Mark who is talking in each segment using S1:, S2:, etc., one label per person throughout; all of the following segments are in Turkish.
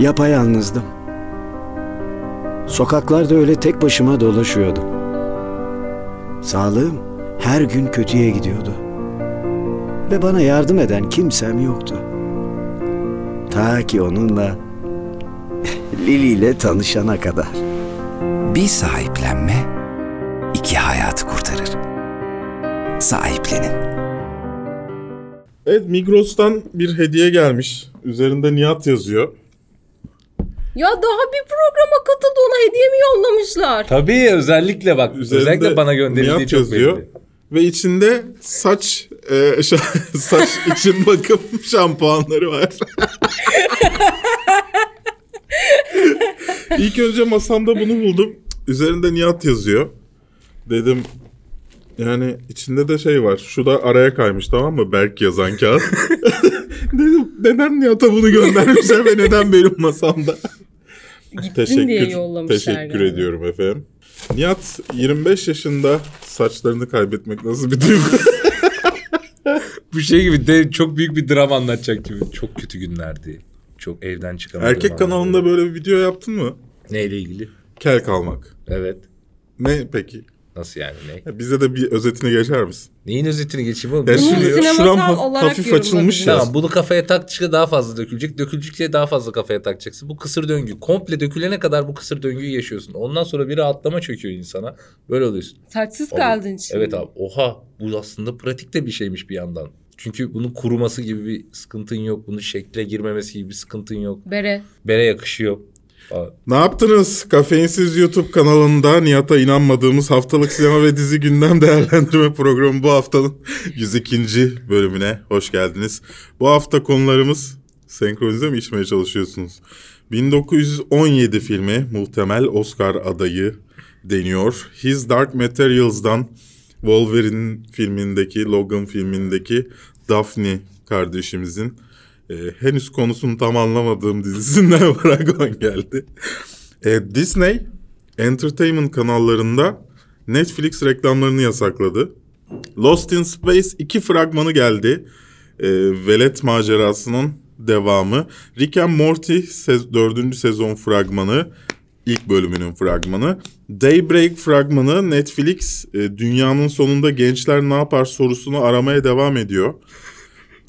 S1: Yapayalnızdım. Sokaklarda öyle tek başıma dolaşıyordum. Sağlığım her gün kötüye gidiyordu. Ve bana yardım eden kimsem yoktu. Ta ki onunla Lili ile tanışana kadar.
S2: Bir sahiplenme iki hayat kurtarır. Sahiplenin.
S3: Evet Migros'tan bir hediye gelmiş. Üzerinde Nihat yazıyor.
S4: Ya daha bir programa katıldı ona hediye mi yollamışlar?
S5: Tabii özellikle bak
S3: Üzerinde
S5: özellikle bana
S3: Nihat
S5: gönderildiği çok
S3: yazıyor.
S5: belli.
S3: Ve içinde saç e, şa- saç için bakım şampuanları var. İlk önce masamda bunu buldum. Üzerinde Nihat yazıyor. Dedim yani içinde de şey var. Şu da araya kaymış tamam mı? Berk yazan kağıt. Dedim neden Nihat'a bunu göndermişler ve neden benim masamda?
S4: Gitsin diye yollamışlar.
S3: Teşekkür
S4: yani.
S3: ediyorum efendim. Nihat 25 yaşında saçlarını kaybetmek nasıl bir duygu?
S5: Bu şey gibi dev, çok büyük bir dram anlatacak gibi. Çok kötü günlerdi. Çok evden çıkamadım.
S3: Erkek kanalında böyle bir video yaptın mı?
S5: Neyle ilgili?
S3: Kel kalmak.
S5: Evet.
S3: Ne peki?
S5: Nasıl yani ne?
S3: Ya Bize de bir özetini geçer misin?
S5: Neyin özetini geçeyim oğlum?
S3: Ya
S4: Bunu
S3: şimdi
S4: sinemasal
S3: şuram ha-
S4: olarak
S3: hafif açılmış ya.
S4: yorumladım.
S5: Tamam bunu kafaya taktıkça daha fazla dökülecek. Döküldükçe daha fazla kafaya takacaksın. Bu kısır döngü. Komple dökülene kadar bu kısır döngüyü yaşıyorsun. Ondan sonra biri atlama çöküyor insana. Böyle oluyorsun.
S4: Saçsız
S5: Abi,
S4: kaldın şimdi.
S5: Evet abi oha bu aslında pratik de bir şeymiş bir yandan. Çünkü bunun kuruması gibi bir sıkıntın yok. Bunun şekle girmemesi gibi bir sıkıntın yok.
S4: Bere.
S5: Bere yakışıyor. falan.
S3: Ne yaptınız? Kafeinsiz YouTube kanalında Nihat'a inanmadığımız haftalık sinema ve dizi gündem değerlendirme programı bu haftanın 102. bölümüne hoş geldiniz. Bu hafta konularımız senkronize mi içmeye çalışıyorsunuz? 1917 filmi muhtemel Oscar adayı deniyor. His Dark Materials'dan Wolverine filmindeki, Logan filmindeki Daphne kardeşimizin e, henüz konusunu tam anlamadığım dizisinden Paragon geldi. E, Disney Entertainment kanallarında Netflix reklamlarını yasakladı. Lost in Space 2 fragmanı geldi. E, velet macerasının devamı. Rick and Morty 4. sezon fragmanı. ilk bölümünün fragmanı. Daybreak fragmanı Netflix e, dünyanın sonunda gençler ne yapar sorusunu aramaya devam ediyor.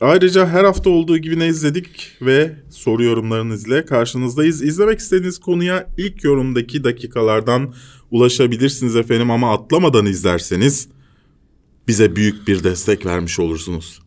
S3: Ayrıca her hafta olduğu gibi ne izledik ve soru yorumlarınızla karşınızdayız. İzlemek istediğiniz konuya ilk yorumdaki dakikalardan ulaşabilirsiniz efendim ama atlamadan izlerseniz bize büyük bir destek vermiş olursunuz.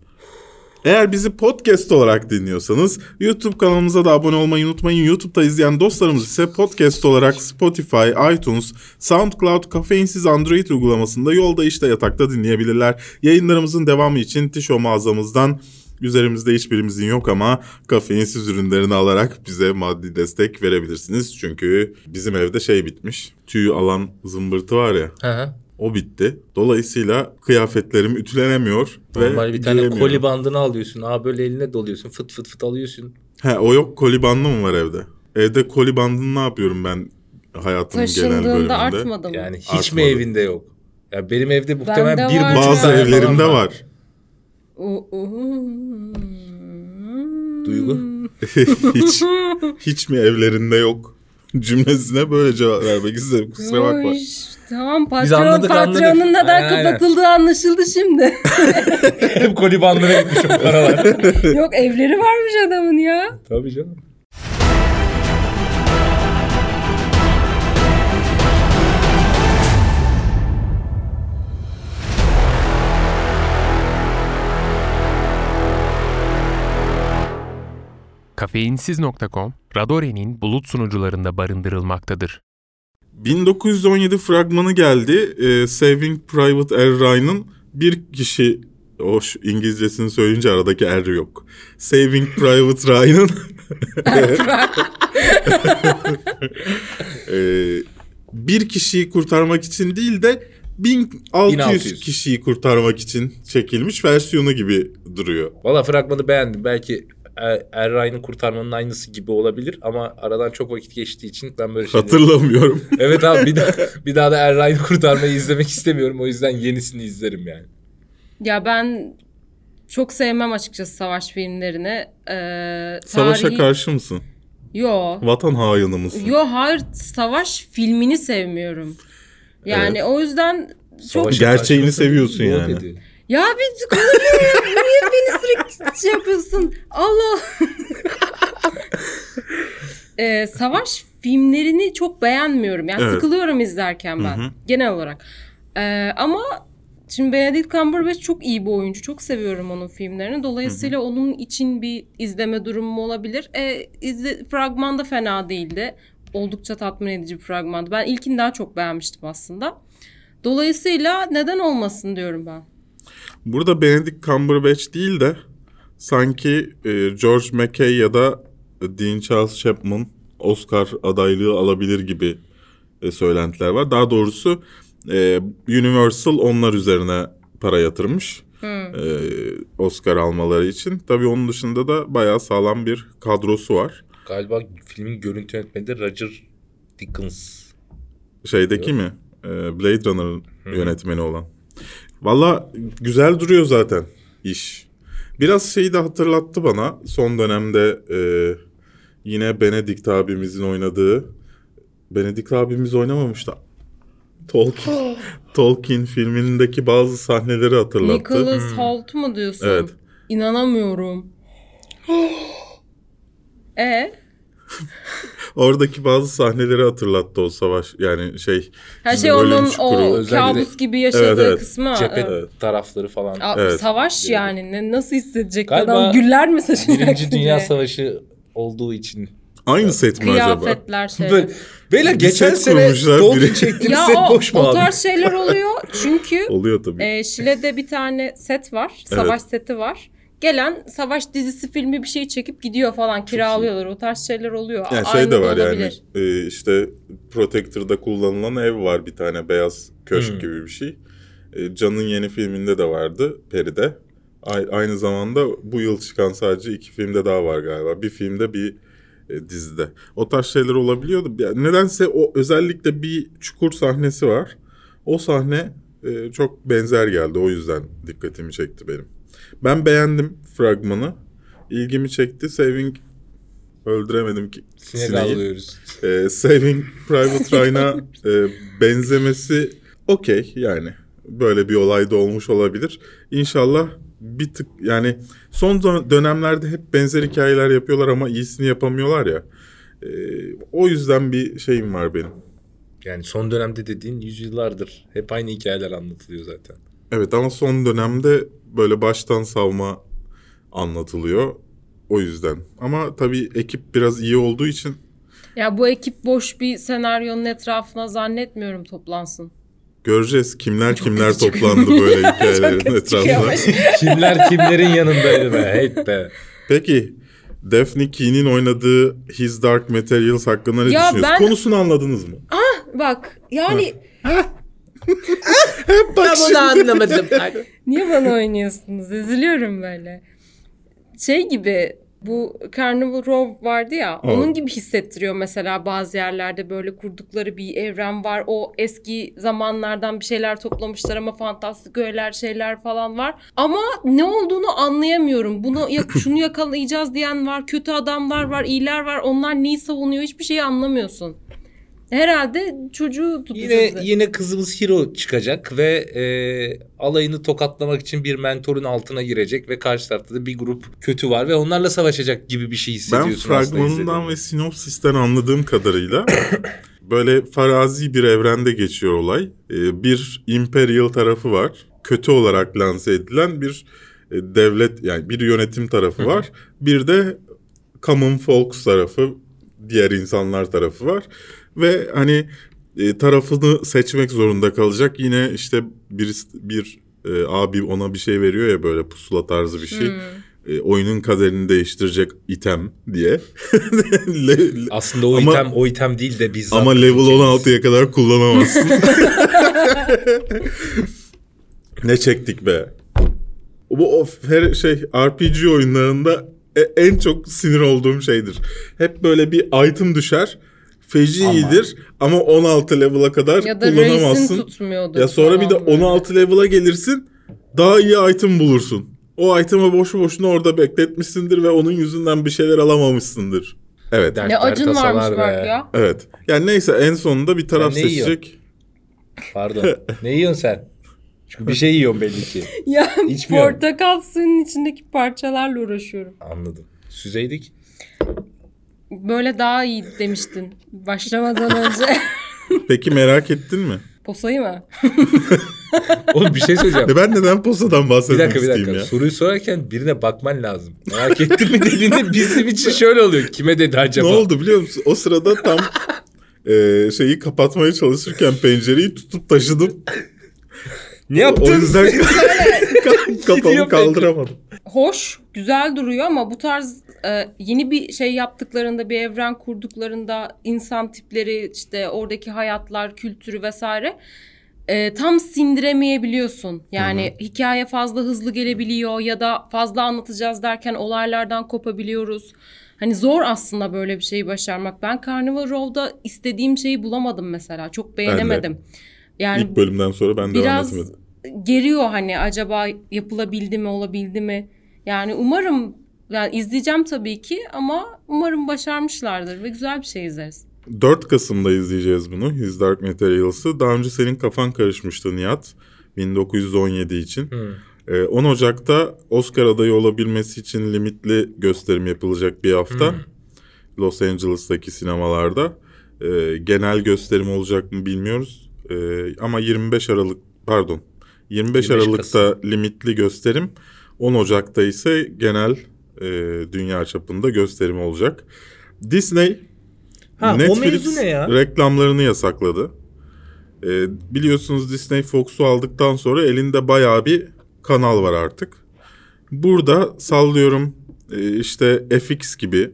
S3: Eğer bizi podcast olarak dinliyorsanız YouTube kanalımıza da abone olmayı unutmayın. YouTube'da izleyen dostlarımız ise podcast olarak Spotify, iTunes, SoundCloud, kafeinsiz Android uygulamasında yolda işte yatakta dinleyebilirler. Yayınlarımızın devamı için Tişo mağazamızdan üzerimizde hiçbirimizin yok ama kafeinsiz ürünlerini alarak bize maddi destek verebilirsiniz. Çünkü bizim evde şey bitmiş. Tüy alan zımbırtı var ya.
S5: Hı hı.
S3: O bitti. Dolayısıyla kıyafetlerim ütülenemiyor ve
S5: Normal bir tane
S3: giyemiyorum.
S5: koli bandını alıyorsun. Aa böyle eline doluyorsun. Fıt fıt fıt alıyorsun.
S3: He o yok koli bandı mı var evde? Evde koli bandını ne yapıyorum ben hayatımın genel bölümünde?
S4: Taşındığında artmadı mı?
S5: Yani hiç mi
S3: Artmadı.
S5: evinde yok? Ya benim evde muhtemelen
S4: Bende
S5: bir
S4: var
S5: buçuk
S4: ya.
S3: Bazı
S5: tane falan
S3: evlerimde var.
S4: O- o- Hmm.
S5: Duygu.
S3: hiç, hiç mi evlerinde yok? Cümlesine böyle cevap vermek istedim. Kusura bakma.
S4: Oy, tamam patron,
S5: Biz anladık, anladık.
S4: patronun neden
S5: Aynen, aynen.
S4: kapatıldığı anlaşıldı şimdi.
S5: Hep koli bandına gitmiş o paralar.
S4: Yok evleri varmış adamın ya.
S5: Tabii canım.
S6: Kafeinsiz.com, Radore'nin bulut sunucularında barındırılmaktadır.
S3: 1917 fragmanı geldi. Ee, Saving Private Er Ryan'ın bir kişi o şu İngilizcesini söyleyince aradaki er yok. Saving Private Ryan'ın Ee, bir kişiyi kurtarmak için değil de 1600,
S5: 1600.
S3: kişiyi kurtarmak için çekilmiş versiyonu gibi duruyor.
S5: Valla fragmanı beğendim. Belki Er- Erray'ın kurtarmanın aynısı gibi olabilir ama aradan çok vakit geçtiği için ben böyle şeyleri...
S3: Hatırlamıyorum.
S5: Evet abi bir daha, bir daha da Erray'ın kurtarmayı izlemek istemiyorum. O yüzden yenisini izlerim yani.
S4: Ya ben çok sevmem açıkçası savaş filmlerini. Ee,
S3: Savaşa
S4: tarihi-
S3: karşı mısın?
S4: Yo.
S3: Vatan haini mısın?
S4: Yo hayır savaş filmini sevmiyorum. Yani o yüzden çok
S5: Savaşa
S3: Gerçeğini
S5: karşı-
S3: seviyorsun
S5: Yok
S3: yani.
S5: dedi.
S4: ya bir konuyu niye beni sürekli şey yapıyorsun? Allah. Ee, savaş filmlerini çok beğenmiyorum. Yani
S3: Evet.
S4: sıkılıyorum izlerken ben genel olarak. Ee, ama şimdi Benedict Cumberbatch çok iyi bir oyuncu. Çok seviyorum onun filmlerini. Dolayısıyla onun için bir izleme durumum olabilir. Ee, izle, fragman da fena değildi. Oldukça tatmin edici bir fragmandı. Ben ilkini daha çok beğenmiştim aslında. Dolayısıyla neden olmasın diyorum ben.
S3: Burada Benedict Cumberbatch değil de sanki e, George McKay ya da e, Dean Charles Chapman Oscar adaylığı alabilir gibi e, söylentiler var. Daha doğrusu e, Universal onlar üzerine para yatırmış. e, Oscar almaları için. Tabii onun dışında da bayağı sağlam bir kadrosu var.
S5: Galiba filmin görüntü yönetmeni de Roger Dickens.
S3: Şeydeki mi? E, Blade Runner'ın yönetmeni olan. Valla güzel duruyor zaten iş. Biraz şeyi de hatırlattı bana. Son dönemde e, yine Benedict abimizin oynadığı. Benedict abimiz oynamamış da.
S4: Oh.
S3: Tolkien, Tolkien filmindeki bazı sahneleri hatırlattı.
S4: Nicholas
S5: Hmm.
S4: Holt mu diyorsun?
S3: Evet.
S4: İnanamıyorum. e
S3: Oradaki bazı sahneleri hatırlattı o savaş. Yani şey
S4: her
S3: Bizim
S4: şey
S3: ölüm
S4: onun
S3: çukuru.
S4: o
S5: Özellikle-
S4: kabus gibi yaşadığı
S3: Evet, evet.
S4: kısmı.
S5: Cephe
S4: Evet.
S5: tarafları falan.
S4: A-
S3: Evet.
S4: Savaş yani ne, nasıl hissedecek
S5: Galiba
S4: adam güller mi saçacak
S5: Birinci Dünya
S4: diye?
S5: Savaşı olduğu için.
S3: aynı set mi acaba?
S4: Kıyafetler şeyler.
S5: Beyler
S3: Bir set kurmuşlar, biri-
S5: çektiğiniz
S4: ya o, o tarz şeyler oluyor çünkü
S3: Oluyor tabii.
S4: e, Şile'de bir tane set var savaş seti var. Gelen savaş dizisi filmi bir şey çekip gidiyor falan kiralıyorlar o tarz şeyler oluyor.
S3: Yani
S4: Aynı
S3: şey de var
S4: olabilir.
S3: yani e, işte Protector'da kullanılan ev var bir tane beyaz köşk
S5: Hmm.
S3: gibi bir şey. E, Can'ın yeni filminde de vardı Peri'de. A- aynı zamanda bu yıl çıkan sadece iki filmde daha var galiba. Bir filmde bir e, dizide. O tarz şeyler olabiliyordu. Yani nedense o özellikle bir çukur sahnesi var. O sahne e, çok benzer geldi. O yüzden dikkatimi çekti benim. Ben beğendim fragmanı. İlgimi çekti. Saving öldüremedim ki
S5: Sinir
S3: sineği.
S5: alıyoruz.
S3: Ee, Saving Private Ryan'a e, benzemesi okey yani. Böyle bir olay da olmuş olabilir. İnşallah bir tık yani son dön- dönemlerde hep benzer hikayeler yapıyorlar ama iyisini yapamıyorlar ya. Ee, o yüzden bir şeyim var benim.
S5: Yani son dönemde dediğin yüzyıllardır. Hep aynı hikayeler anlatılıyor zaten.
S3: Evet ama son dönemde böyle baştan savma anlatılıyor. O yüzden. Ama tabii ekip biraz iyi olduğu için
S4: Ya bu ekip boş bir senaryonun etrafına zannetmiyorum toplansın.
S3: göreceğiz kimler kimler toplandı böyle hikayelerin etrafına.
S5: Kimler kimlerin yanındaydı be. Hey be.
S3: Peki Daphne Keen'in oynadığı His Dark Materials hakkında ne
S4: Ya
S3: düşünüyorsun?
S4: ben-
S3: Konusunu anladınız mı?
S4: Bak yani
S5: Ben bunu anlamadım.
S4: niye bana oynuyorsunuz? Eziliyorum böyle. Şey gibi bu Carnival Row vardı ya
S3: Evet.
S4: onun gibi hissettiriyor mesela bazı yerlerde böyle kurdukları bir evren var. O eski zamanlardan bir şeyler toplamışlar ama fantastik öğeler şeyler falan var. Ama ne olduğunu anlayamıyorum. Bunu ya- şunu yakalayacağız diyen var, kötü adamlar var, iyiler var. Onlar neyi savunuyor hiçbir şeyi anlamıyorsun. Herhalde çocuğu
S5: Yine
S4: tutacağız.
S5: yine kızımız Hiro çıkacak ve e, alayını tokatlamak için bir mentorun altına girecek ve karşı tarafta da bir grup kötü var ve onlarla savaşacak gibi bir şey
S3: Ben
S5: hissediyorsun aslında
S3: fragmanından
S5: izlediğinde.
S3: ve sinopsisten anladığım kadarıyla böyle farazi bir evrende geçiyor olay. Ee, Bir imperial tarafı var. Kötü olarak lanse edilen bir e, devlet yani bir yönetim tarafı var. Bir de common folks tarafı, diğer insanlar tarafı var. Ve hani e, tarafını seçmek zorunda kalacak. Yine işte bir bir e, abi ona bir şey veriyor ya böyle pusula tarzı bir şey. E, oyunun kaderini değiştirecek item diye. Le- le-
S5: Aslında o
S3: Ama-
S5: item o item değil de biz
S3: ama
S5: zaten
S3: level
S5: ülkemiz.
S3: 16'ya kadar kullanamazsın. ne çektik be. Bu of her şey RPG oyunlarında e- en çok sinir olduğum şeydir. Hep böyle bir item düşer. Feci iyidir ama 16 level'a kadar
S4: Ya da reisin
S3: kullanamazsın.
S4: tutmuyordu.
S3: Ya sonra bir de
S4: falan böyle.
S3: 16 level'a gelirsin daha iyi item bulursun. O item'ı boşu boşuna orada bekletmişsindir ve onun yüzünden bir şeyler alamamışsındır. Evet.
S5: Dert-
S4: Ne acın
S5: kasalar
S4: varmış
S5: be.
S4: Berk ya.
S3: Evet. Yani neyse en sonunda bir taraf
S5: Ya ne yiyor?
S3: seçecek.
S5: Pardon. ne yiyorsun sen? Çünkü bir şey yiyorsun belli ki.
S4: Ya
S5: İçmiyorum.
S4: portakal suyunun içindeki parçalarla uğraşıyorum.
S5: Anladım. Süzeydik.
S4: Böyle daha iyi demiştin başlamadan önce.
S3: Peki merak ettin mi?
S4: Posayı mı?
S5: Oğlum bir şey söyleyeceğim.
S3: E ben neden posadan
S5: Bir
S3: bahsetmek
S5: dakika bir dakika.
S3: isteyeyim ya?
S5: Soruyu sorarken birine bakman lazım. Merak ettin mi dediğinde bizim için şöyle oluyor. Kime dedi acaba?
S3: Ne oldu biliyor musun? O sırada tam e, şeyi kapatmaya çalışırken pencereyi tutup taşıdım.
S5: Ne
S3: O
S5: yaptın?
S3: yüzden ka- kafamı
S5: Gidiyor
S3: kaldıramadım.
S4: hoş, güzel duruyor ama bu tarz e, yeni bir şey yaptıklarında, bir evren kurduklarında insan tipleri, işte oradaki hayatlar, kültürü vesaire e, tam sindiremeyebiliyorsun. Yani hikaye fazla hızlı gelebiliyor ya da fazla anlatacağız derken olaylardan kopabiliyoruz. Hani zor aslında böyle bir şeyi başarmak. Ben Carnival Row'da istediğim şeyi bulamadım mesela. Çok beğenemedim. Yani
S3: İlk bölümden sonra ben devam
S4: biraz
S3: etmedim.
S4: geriyor hani acaba yapılabildi mi olabildi mi? Yani umarım yani izleyeceğim tabii ki ama umarım başarmışlardır ve güzel bir şey izleriz.
S3: 4 Kasım'da izleyeceğiz bunu. His Dark Materials'ı. Daha önce senin kafan karışmıştı Nihat. 1917 için. Ee, 10 Ocak'ta Oscar adayı olabilmesi için limitli gösterim yapılacak bir hafta. Los Angeles'taki sinemalarda. Ee, genel gösterim olacak mı bilmiyoruz. Ee, ama 25 Aralık pardon 25,
S5: 25
S3: Aralık'ta limitli gösterim. 10 Ocak'ta ise genel e, dünya çapında gösterim olacak. Disney
S5: Ha, o
S3: Netflix
S5: mevzu ne ya?
S3: reklamlarını yasakladı. Ee, biliyorsunuz Disney Fox'u aldıktan sonra elinde bayağı bir kanal var artık. Burada sallıyorum e, işte FX gibi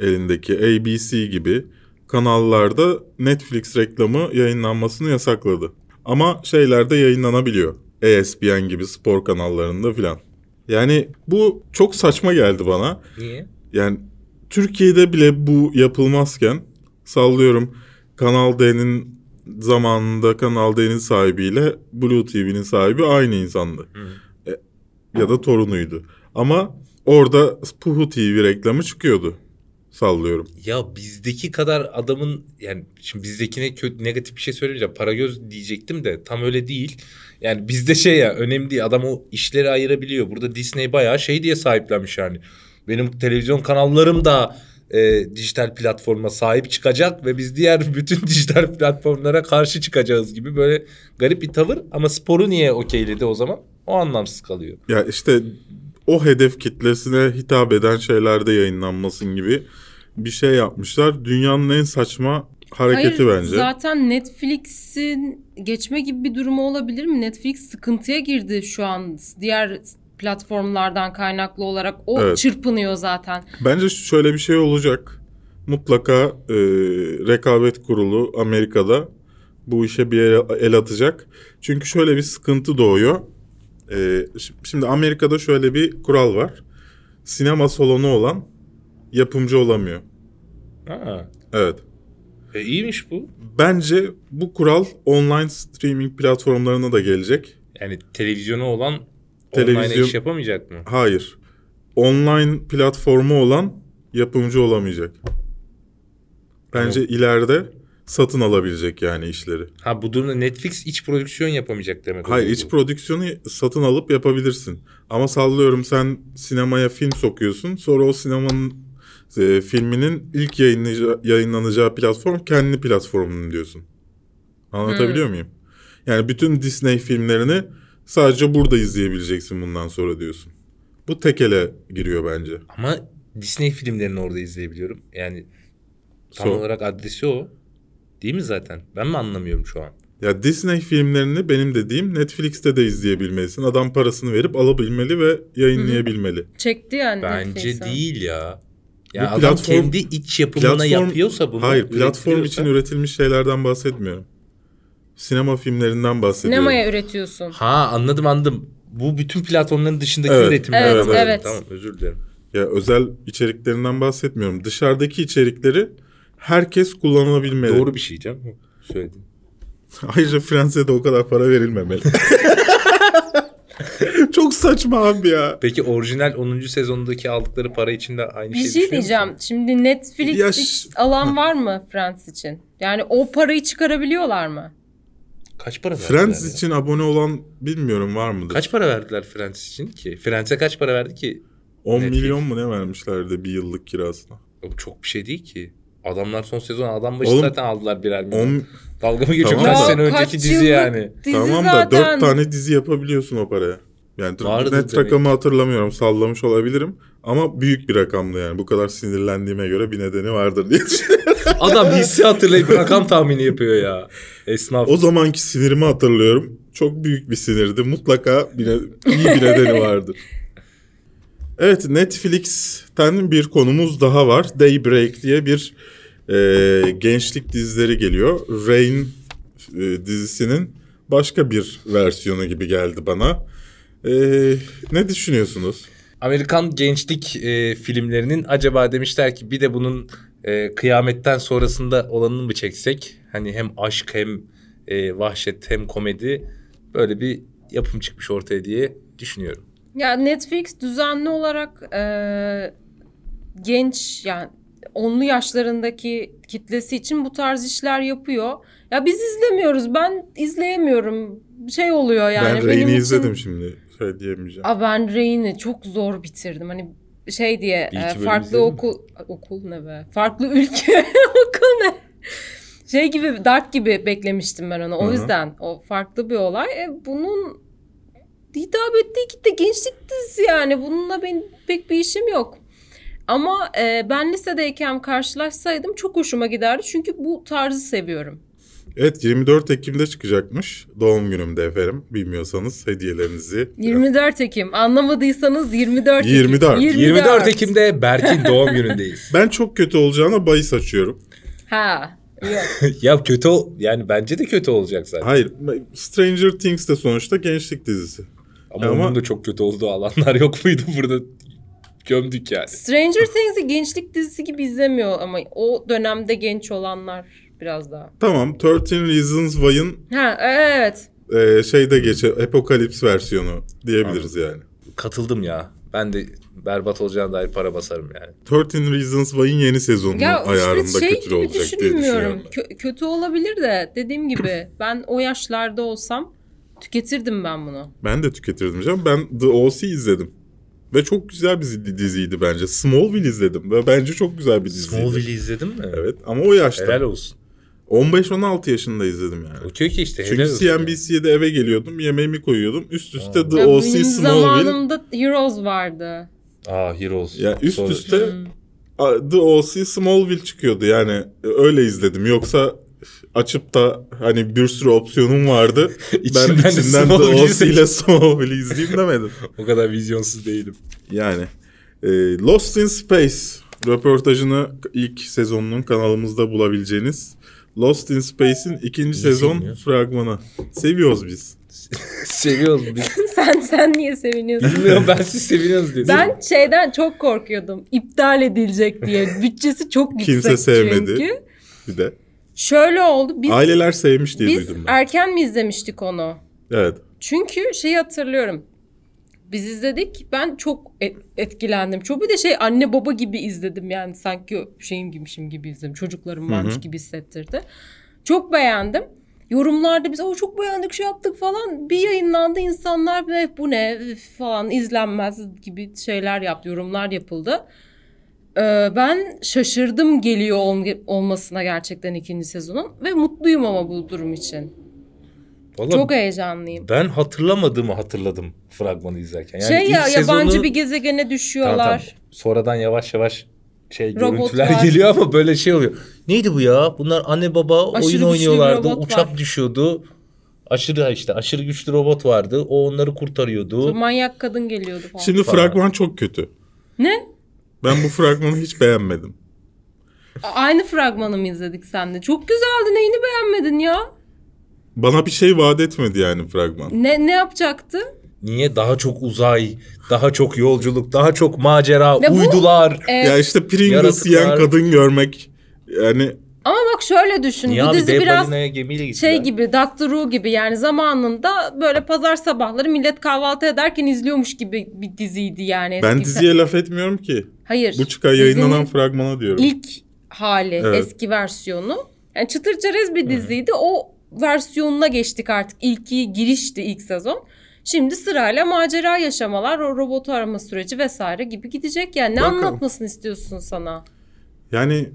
S3: elindeki ABC gibi kanallarda Netflix reklamı yayınlanmasını yasakladı. Ama şeylerde yayınlanabiliyor. E ESPN gibi spor kanallarında filan. Yani bu çok saçma geldi bana.
S5: Niye?
S3: Yani Türkiye'de bile bu yapılmazken sallıyorum Kanal D'nin zamanında Kanal D'nin sahibiyle Blue TV'nin sahibi aynı insandı. E, ya da torunuydu. Ama orada Puhu TV reklamı çıkıyordu. Sallıyorum.
S5: Ya bizdeki kadar adamın yani şimdi bizdekine kötü negatif bir şey söylemeyeceğim. Para göz diyecektim de tam öyle değil. Yani bizde şey ya önemli değil. Adam o işleri ayırabiliyor. Burada Disney bayağı şey diye sahiplenmiş yani. Benim televizyon kanallarım da e, dijital platforma sahip çıkacak ve biz diğer bütün dijital platformlara karşı çıkacağız gibi böyle garip bir tavır ama sporu niye okeyledi o zaman? O anlamsız kalıyor.
S3: Ya işte o hedef kitlesine hitap eden şeylerde yayınlanmasın gibi bir şey yapmışlar. Dünyanın en saçma hareketi
S4: Hayır,
S3: bence.
S4: Zaten Netflix'in geçme gibi bir durumu olabilir mi? Netflix sıkıntıya girdi şu an diğer platformlardan kaynaklı olarak. O
S3: Evet.
S4: çırpınıyor zaten.
S3: Bence şöyle bir şey olacak. Mutlaka e, rekabet kurulu Amerika'da bu işe bir el, el atacak. Çünkü şöyle bir sıkıntı doğuyor. E, şi- şimdi Amerika'da şöyle bir kural var. Sinema salonu olan yapımcı olamıyor.
S5: Ha.
S3: Evet.
S5: E, iyiymiş bu.
S3: Bence bu kural online streaming platformlarına da gelecek.
S5: Yani televizyonu olan online
S3: Televizyon-
S5: iş yapamayacak mı?
S3: Hayır. Online platformu olan yapımcı olamayacak. Bence ileride satın alabilecek yani işleri.
S5: Ha bu durumda Netflix iç prodüksiyon yapamayacak demek.
S3: Hayır
S5: oluyor
S3: iç
S5: bu.
S3: prodüksiyonu satın alıp yapabilirsin. Ama sallıyorum sen sinemaya film sokuyorsun. Sonra o sinemanın e, filminin ilk yayınlayacağı, yayınlanacağı platform kendi platformun diyorsun. Anlatabiliyor muyum? Yani bütün Disney filmlerini sadece burada izleyebileceksin bundan sonra diyorsun. Bu tekele giriyor bence.
S5: Ama Disney filmlerini orada izleyebiliyorum. Yani tam
S3: So-
S5: olarak adresi o. Değil mi zaten? Ben mi anlamıyorum şu an?
S3: Ya Disney filmlerini benim dediğim Netflix'te de izleyebilmelisin. Adam parasını verip alabilmeli ve yayınlayabilmeli.
S4: Çekti yani
S5: Bence
S4: Netflix'e.
S5: değil ya. Ya
S3: Bu
S5: adam
S3: platform-
S5: kendi iç yapımına yapıyorsa bunu.
S3: Hayır, platform için
S5: üretiliyorsa-
S3: üretilmiş şeylerden bahsetmiyorum. Sinema filmlerinden bahsediyorum.
S4: Sinemaya üretiyorsun.
S5: Ha anladım anladım. Bu bütün platformların dışındaki
S3: Evet,
S5: üretimler.
S4: evet,
S5: Anladım.
S4: evet.
S5: Tamam özür dilerim.
S3: Ya özel içeriklerinden bahsetmiyorum. Dışarıdaki içerikleri herkes kullanabilmeli.
S5: Doğru bir şey canım. Söyledim.
S3: Ayrıca Fransa'da o kadar para verilmemeli. Çok saçma abi ya.
S5: Peki orijinal 10. sezondaki aldıkları para için de aynı
S4: Bir
S5: şeyi
S4: şey
S5: düşünüyor musun?
S4: diyeceğim. Şimdi Netflix
S3: Yaş-
S4: hiç alan var mı Friends için? Yani o parayı çıkarabiliyorlar mı?
S5: Kaç para verdiler?
S3: Friends
S5: ya?
S3: için abone olan bilmiyorum var mıdır?
S5: Kaç para verdiler Friends için ki? Friends'e kaç para verdi ki?
S3: 10
S5: Netflix.
S3: milyon mu ne vermişlerdi bir yıllık kirasına?
S5: Yok, çok bir şey değil ki. Adamlar son sezon adam başı
S3: Oğlum,
S5: zaten aldılar birer milyon.
S3: 10
S5: Dalga mı geçiyor?
S3: Tamam.
S5: Kaç
S3: Ya
S5: sene önceki dizi yani.
S4: Dizi
S3: tamam da
S4: zaten.
S3: 4 tane dizi yapabiliyorsun o paraya. Yani dur-
S5: Vardı
S3: net
S5: demek.
S3: rakamı hatırlamıyorum sallamış olabilirim. Ama büyük bir rakamdı yani. Bu kadar sinirlendiğime göre bir nedeni vardır diye düşünüyorum.
S5: Adam hissi hatırlayıp rakam tahmini yapıyor ya. Esnaf.
S3: O zamanki sinirimi hatırlıyorum. Çok büyük bir sinirdi. Mutlaka bir, ne- iyi bir nedeni vardır. Evet Netflix'ten bir konumuz daha var. Daybreak diye bir e, gençlik dizileri geliyor. Rain e, dizisinin başka bir versiyonu gibi geldi bana. E, ne düşünüyorsunuz?
S5: Amerikan gençlik e, filmlerinin acaba demişler ki bir de bunun e, kıyametten sonrasında olanını mı çeksek? Hani hem aşk hem e, vahşet hem komedi böyle bir yapım çıkmış ortaya diye düşünüyorum.
S4: Ya Netflix düzenli olarak e, genç yani onlu yaşlarındaki kitlesi için bu tarz işler yapıyor. Ya biz izlemiyoruz. Ben izleyemiyorum. Şey oluyor yani.
S3: ben
S4: benim
S3: Rain'i
S4: için-
S3: izledim şimdi. Şey diyemeyeceğim.
S4: Aa, ben Rain'i çok zor bitirdim. Hani şey diye
S5: Bir
S4: e,
S5: iki bölüm
S4: farklı
S5: izledin mi?
S4: okul okul ne be? Farklı ülke okul ne? Şey gibi Dark gibi beklemiştim ben onu. O
S3: Hı hı.
S4: yüzden o farklı bir olay. E, bunun hitap ettiği kitle gençlik dizisi yani. Bununla benim pek bir işim yok. Ama e, ben lisedeyken karşılaşsaydım çok hoşuma giderdi. Çünkü bu tarzı seviyorum.
S3: Evet 24 Ekim'de çıkacakmış. Doğum günümde efendim. Bilmiyorsanız hediyelerinizi.
S4: 24 Ekim. Anlamadıysanız 24 Ekim.
S3: 24.
S5: 24 Ekim'de Berk'in doğum günündeyiz.
S3: Ben çok kötü olacağına bahis açıyorum.
S4: Ha. Yok.
S5: ya kötü ol- yani bence de kötü olacak zaten.
S3: Hayır. Stranger Things de sonuçta gençlik dizisi.
S5: Ama,
S3: Ama-
S5: onun da çok kötü olduğu alanlar yok muydu burada? Gömdük yani.
S4: Stranger Things'i gençlik dizisi gibi izlemiyor ama o dönemde genç olanlar biraz daha.
S3: Tamam 13 Reasons Why'ın
S4: Ha evet.
S3: e, şeyde geçe Epokalips versiyonu diyebiliriz yani.
S5: Katıldım ya. Ben de berbat olacağına dair para basarım yani.
S3: 13 Reasons Why'ın yeni sezonunun
S4: Ya
S3: ayarında
S4: işte şey
S3: kötü
S4: gibi
S3: olacak diye
S4: düşünmüyorum.
S3: düşünüyorum. ben.
S4: Kö- kötü olabilir de dediğim gibi ben o yaşlarda olsam tüketirdim ben bunu.
S3: Ben de tüketirdim canım. Ben The O.C. izledim. Ve çok güzel bir zi- diziydi bence. Smallville izledim ve bence çok güzel bir diziydi.
S5: Smallville'i izledin mi?
S3: Evet ama o yaşta.
S5: Helal olsun.
S3: 15-16 yaşında izledim yani.
S5: Okey ki işte helal
S3: Çünkü
S5: olsun. yani.
S3: CNBC'de eve geliyordum, yemeğimi koyuyordum. Üst üste The
S4: Ya
S3: O.C.
S4: benim
S3: Smallville.
S4: zamanımda Heroes vardı.
S5: Aa Heroes.
S3: Ya üst
S5: Sonra-
S3: üste
S4: Hmm.
S3: a- The O.C. Smallville çıkıyordu yani. Öyle izledim. Yoksa açıp da hani bir sürü opsiyonum vardı. ben
S5: İçinden de
S3: içinden The
S5: Smallville
S3: O.C. ile Smallville'i izleyeyim demedim.
S5: O kadar vizyonsuz değilim.
S3: Yani e, Lost in Space röportajını ilk sezonunun kanalımızda bulabileceğiniz Lost in Space'in ikinci sezon
S5: sevmiyor?
S3: fragmanı. Seviyoruz biz.
S5: Seviyoruz biz.
S4: sen sen niye seviniyorsun?
S5: Bilmiyorum ben siz seviyorsunuz diye.
S4: Ben şeyden çok korkuyordum. İptal edilecek diye. Bütçesi çok yüksek
S3: Kimse sevmedi.
S4: çünkü.
S3: Bir de
S4: Şöyle oldu. Biz,
S3: aileler sevmiş diye
S4: biz
S3: duydum ben.
S4: erken mi izlemiştik onu?
S3: evet.
S4: Çünkü şeyi hatırlıyorum. Biz izledik. Ben çok et- etkilendim. Çok bir de şey anne baba gibi izledim yani sanki şeyim gibişim gibi izledim. Çocuklarım varmış
S3: Hı hı.
S4: gibi hissettirdi. Çok beğendim. Yorumlarda biz o çok beğendik şey yaptık falan. Bir yayınlandı insanlar "Eh, bu ne üf" falan izlenmez gibi şeyler yaptı. Yorumlar yapıldı. Ee, ben şaşırdım geliyor ol- olmasına gerçekten ikinci sezonun. Ve mutluyum ama bu durum için.
S5: Vallahi
S4: Çok heyecanlıyım.
S5: ben hatırlamadığımı hatırladım fragmanı izlerken. Yani
S4: şey
S5: ilk
S4: ya
S5: sezonu-
S4: yabancı bir gezegene
S5: Tamam,
S4: düşüyorlar.
S5: tamam. Sonradan yavaş yavaş şey görüntüler
S4: Robotlar.
S5: geliyor ama böyle şey oluyor. Neydi bu ya? Bunlar anne baba
S4: Aşırı güçlü
S5: oyun
S4: bir
S5: oynuyorlardı.
S4: robot
S5: Uçak
S4: var.
S5: düşüyordu. Aşırı işte aşırı güçlü robot vardı. O onları kurtarıyordu.
S4: Manyak kadın geliyordu falan.
S3: Şimdi
S5: Falan.
S3: fragman çok kötü.
S4: Ne?
S3: Ben bu fragmanı hiç beğenmedim.
S4: A- Aynı fragmanı mı izledik sende? Çok güzeldi neyini beğenmedin ya?
S3: Bana bir şey vaat etmedi yani fragman.
S4: Ne ne yapacaktı?
S5: Niye daha çok uzay, daha çok yolculuk, daha çok macera,
S4: Ya bu-
S5: uydular.
S4: Ee,
S3: Ya işte Pringles
S5: Yaratıklar-
S3: yiyen kadın görmek yani
S4: Ama bak şöyle düşün.
S5: Niye
S4: bu
S5: abi
S4: dizi
S5: dev
S4: biraz
S5: balinaya gemiyle gittiler.
S4: şey gibi Doctor Who gibi yani zamanında böyle pazar sabahları millet kahvaltı ederken izliyormuş gibi bir diziydi yani.
S3: Ben
S4: eskiden.
S3: diziye laf etmiyorum ki.
S4: Hayır.
S3: Bu çıkan yayınlanan
S4: dizinin
S3: fragmana diyorum.
S4: ilk hali
S3: Evet.
S4: eski versiyonu. Yani çıtır çerez bir diziydi. O versiyonuna geçtik artık. İlki girişti ilk sezon. Şimdi sırayla macera yaşamalar, o robotu arama süreci vesaire gibi gidecek. Yani ne
S3: Bakalım.
S4: anlatmasını istiyorsun sana?
S3: Yani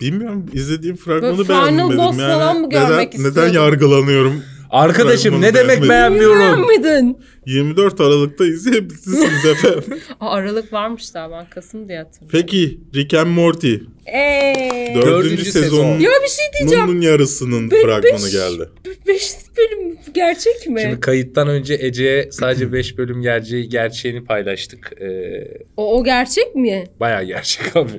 S3: bilmiyorum izlediğim fragmanı
S4: Böyle final
S3: beğenmedim.
S4: boss
S3: yani
S4: falan mı görmek
S3: neden,
S4: istiyordun?
S3: neden yargılanıyorum?
S5: Arkadaşım ne demek
S3: Fragmanı
S5: beğenmiyorum.
S4: Mıydın?
S3: 24 Aralık'ta izleyebilirsiniz efendim.
S4: Aa, Aralık varmış daha ben Kasım diye hatırlıyorum.
S3: Peki Rick and Morty
S4: Eee.
S3: dördüncü
S5: sezon.
S3: sezonun
S4: Ya bir şey diyeceğim.
S3: bunun yarısının
S4: Be-
S3: fragmanı
S4: beş-
S3: geldi.
S4: Beş bölüm gerçek mi?
S5: Şimdi kayıttan önce Ece'ye sadece 5 bölüm gerçeği gerçeğini paylaştık. Ee,
S4: O, o gerçek mi?
S5: bayağı gerçek abi.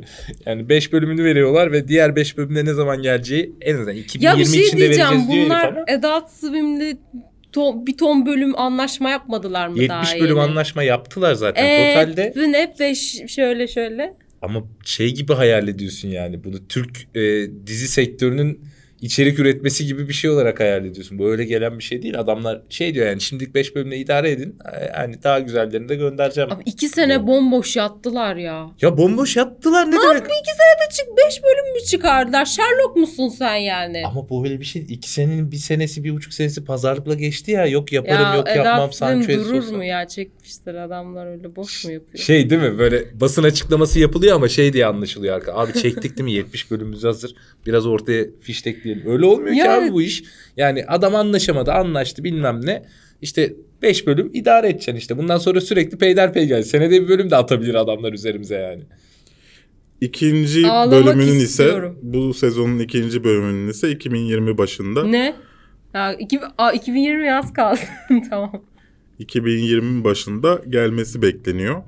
S5: Yani 5 bölümünü veriyorlar ve diğer 5 bölümde ne zaman geleceği en azından 2020
S4: Ya bir şey
S5: içinde
S4: diyeceğim.
S5: vereceğiz diyor herif ama.
S4: Bunlar Adult Swim'de ton- bir ton bölüm anlaşma yapmadılar mı daha
S5: 70 bölüm
S4: yeni?
S5: anlaşma yaptılar zaten
S4: Evet,
S5: totalde.
S4: bu ne ve ş- şöyle şöyle.
S5: Ama şey gibi hayal ediyorsun yani bunu Türk e, dizi sektörünün içerik üretmesi gibi bir şey olarak hayal ediyorsun. Bu öyle gelen bir şey değil. Adamlar şey diyor yani şimdilik 5 bölümle idare edin. E, Yani daha güzellerini de göndereceğim.
S4: Abi iki sene bomboş yattılar ya.
S5: Ya bomboş yaptılar ne,
S4: Ne
S5: demek?
S4: yaptı iki sene de çık beş bölüm mü çıkardılar? Sherlock musun sen yani?
S5: Ama bu öyle bir şey. İki senenin bir senesi, bir buçuk senesi pazarlıkla geçti ya. Yok yaparım,
S4: ya
S5: yok
S4: Adult
S5: yapmam.
S4: Swim
S5: Sancho'ya
S4: durur
S5: sorsan.
S4: mu ya? Çekmiştir adamlar öyle boş mu yapıyor?
S5: Şey değil mi böyle basın açıklaması yapılıyor ama şey diye anlaşılıyor arka. Abi çektik değil mi 70 bölümümüz hazır biraz ortaya fiştek diyelim. Öyle olmuyor ki
S4: Ya-
S5: abi bu iş. Yani adam anlaşamadı anlaştı bilmem ne. İşte 5 bölüm idare edeceksin işte. Bundan sonra sürekli peyderpey Senede bir bölüm de atabilir adamlar üzerimize yani.
S3: İkinci
S4: Ağlamak
S3: bölümünün
S4: istiyorum.
S3: ise bu sezonun ikinci bölümünün ise 2020 başında.
S4: Ne? Ya iki, Aa, 2020 yaz kaldı. tamam.
S3: 2020'nin başında gelmesi bekleniyor.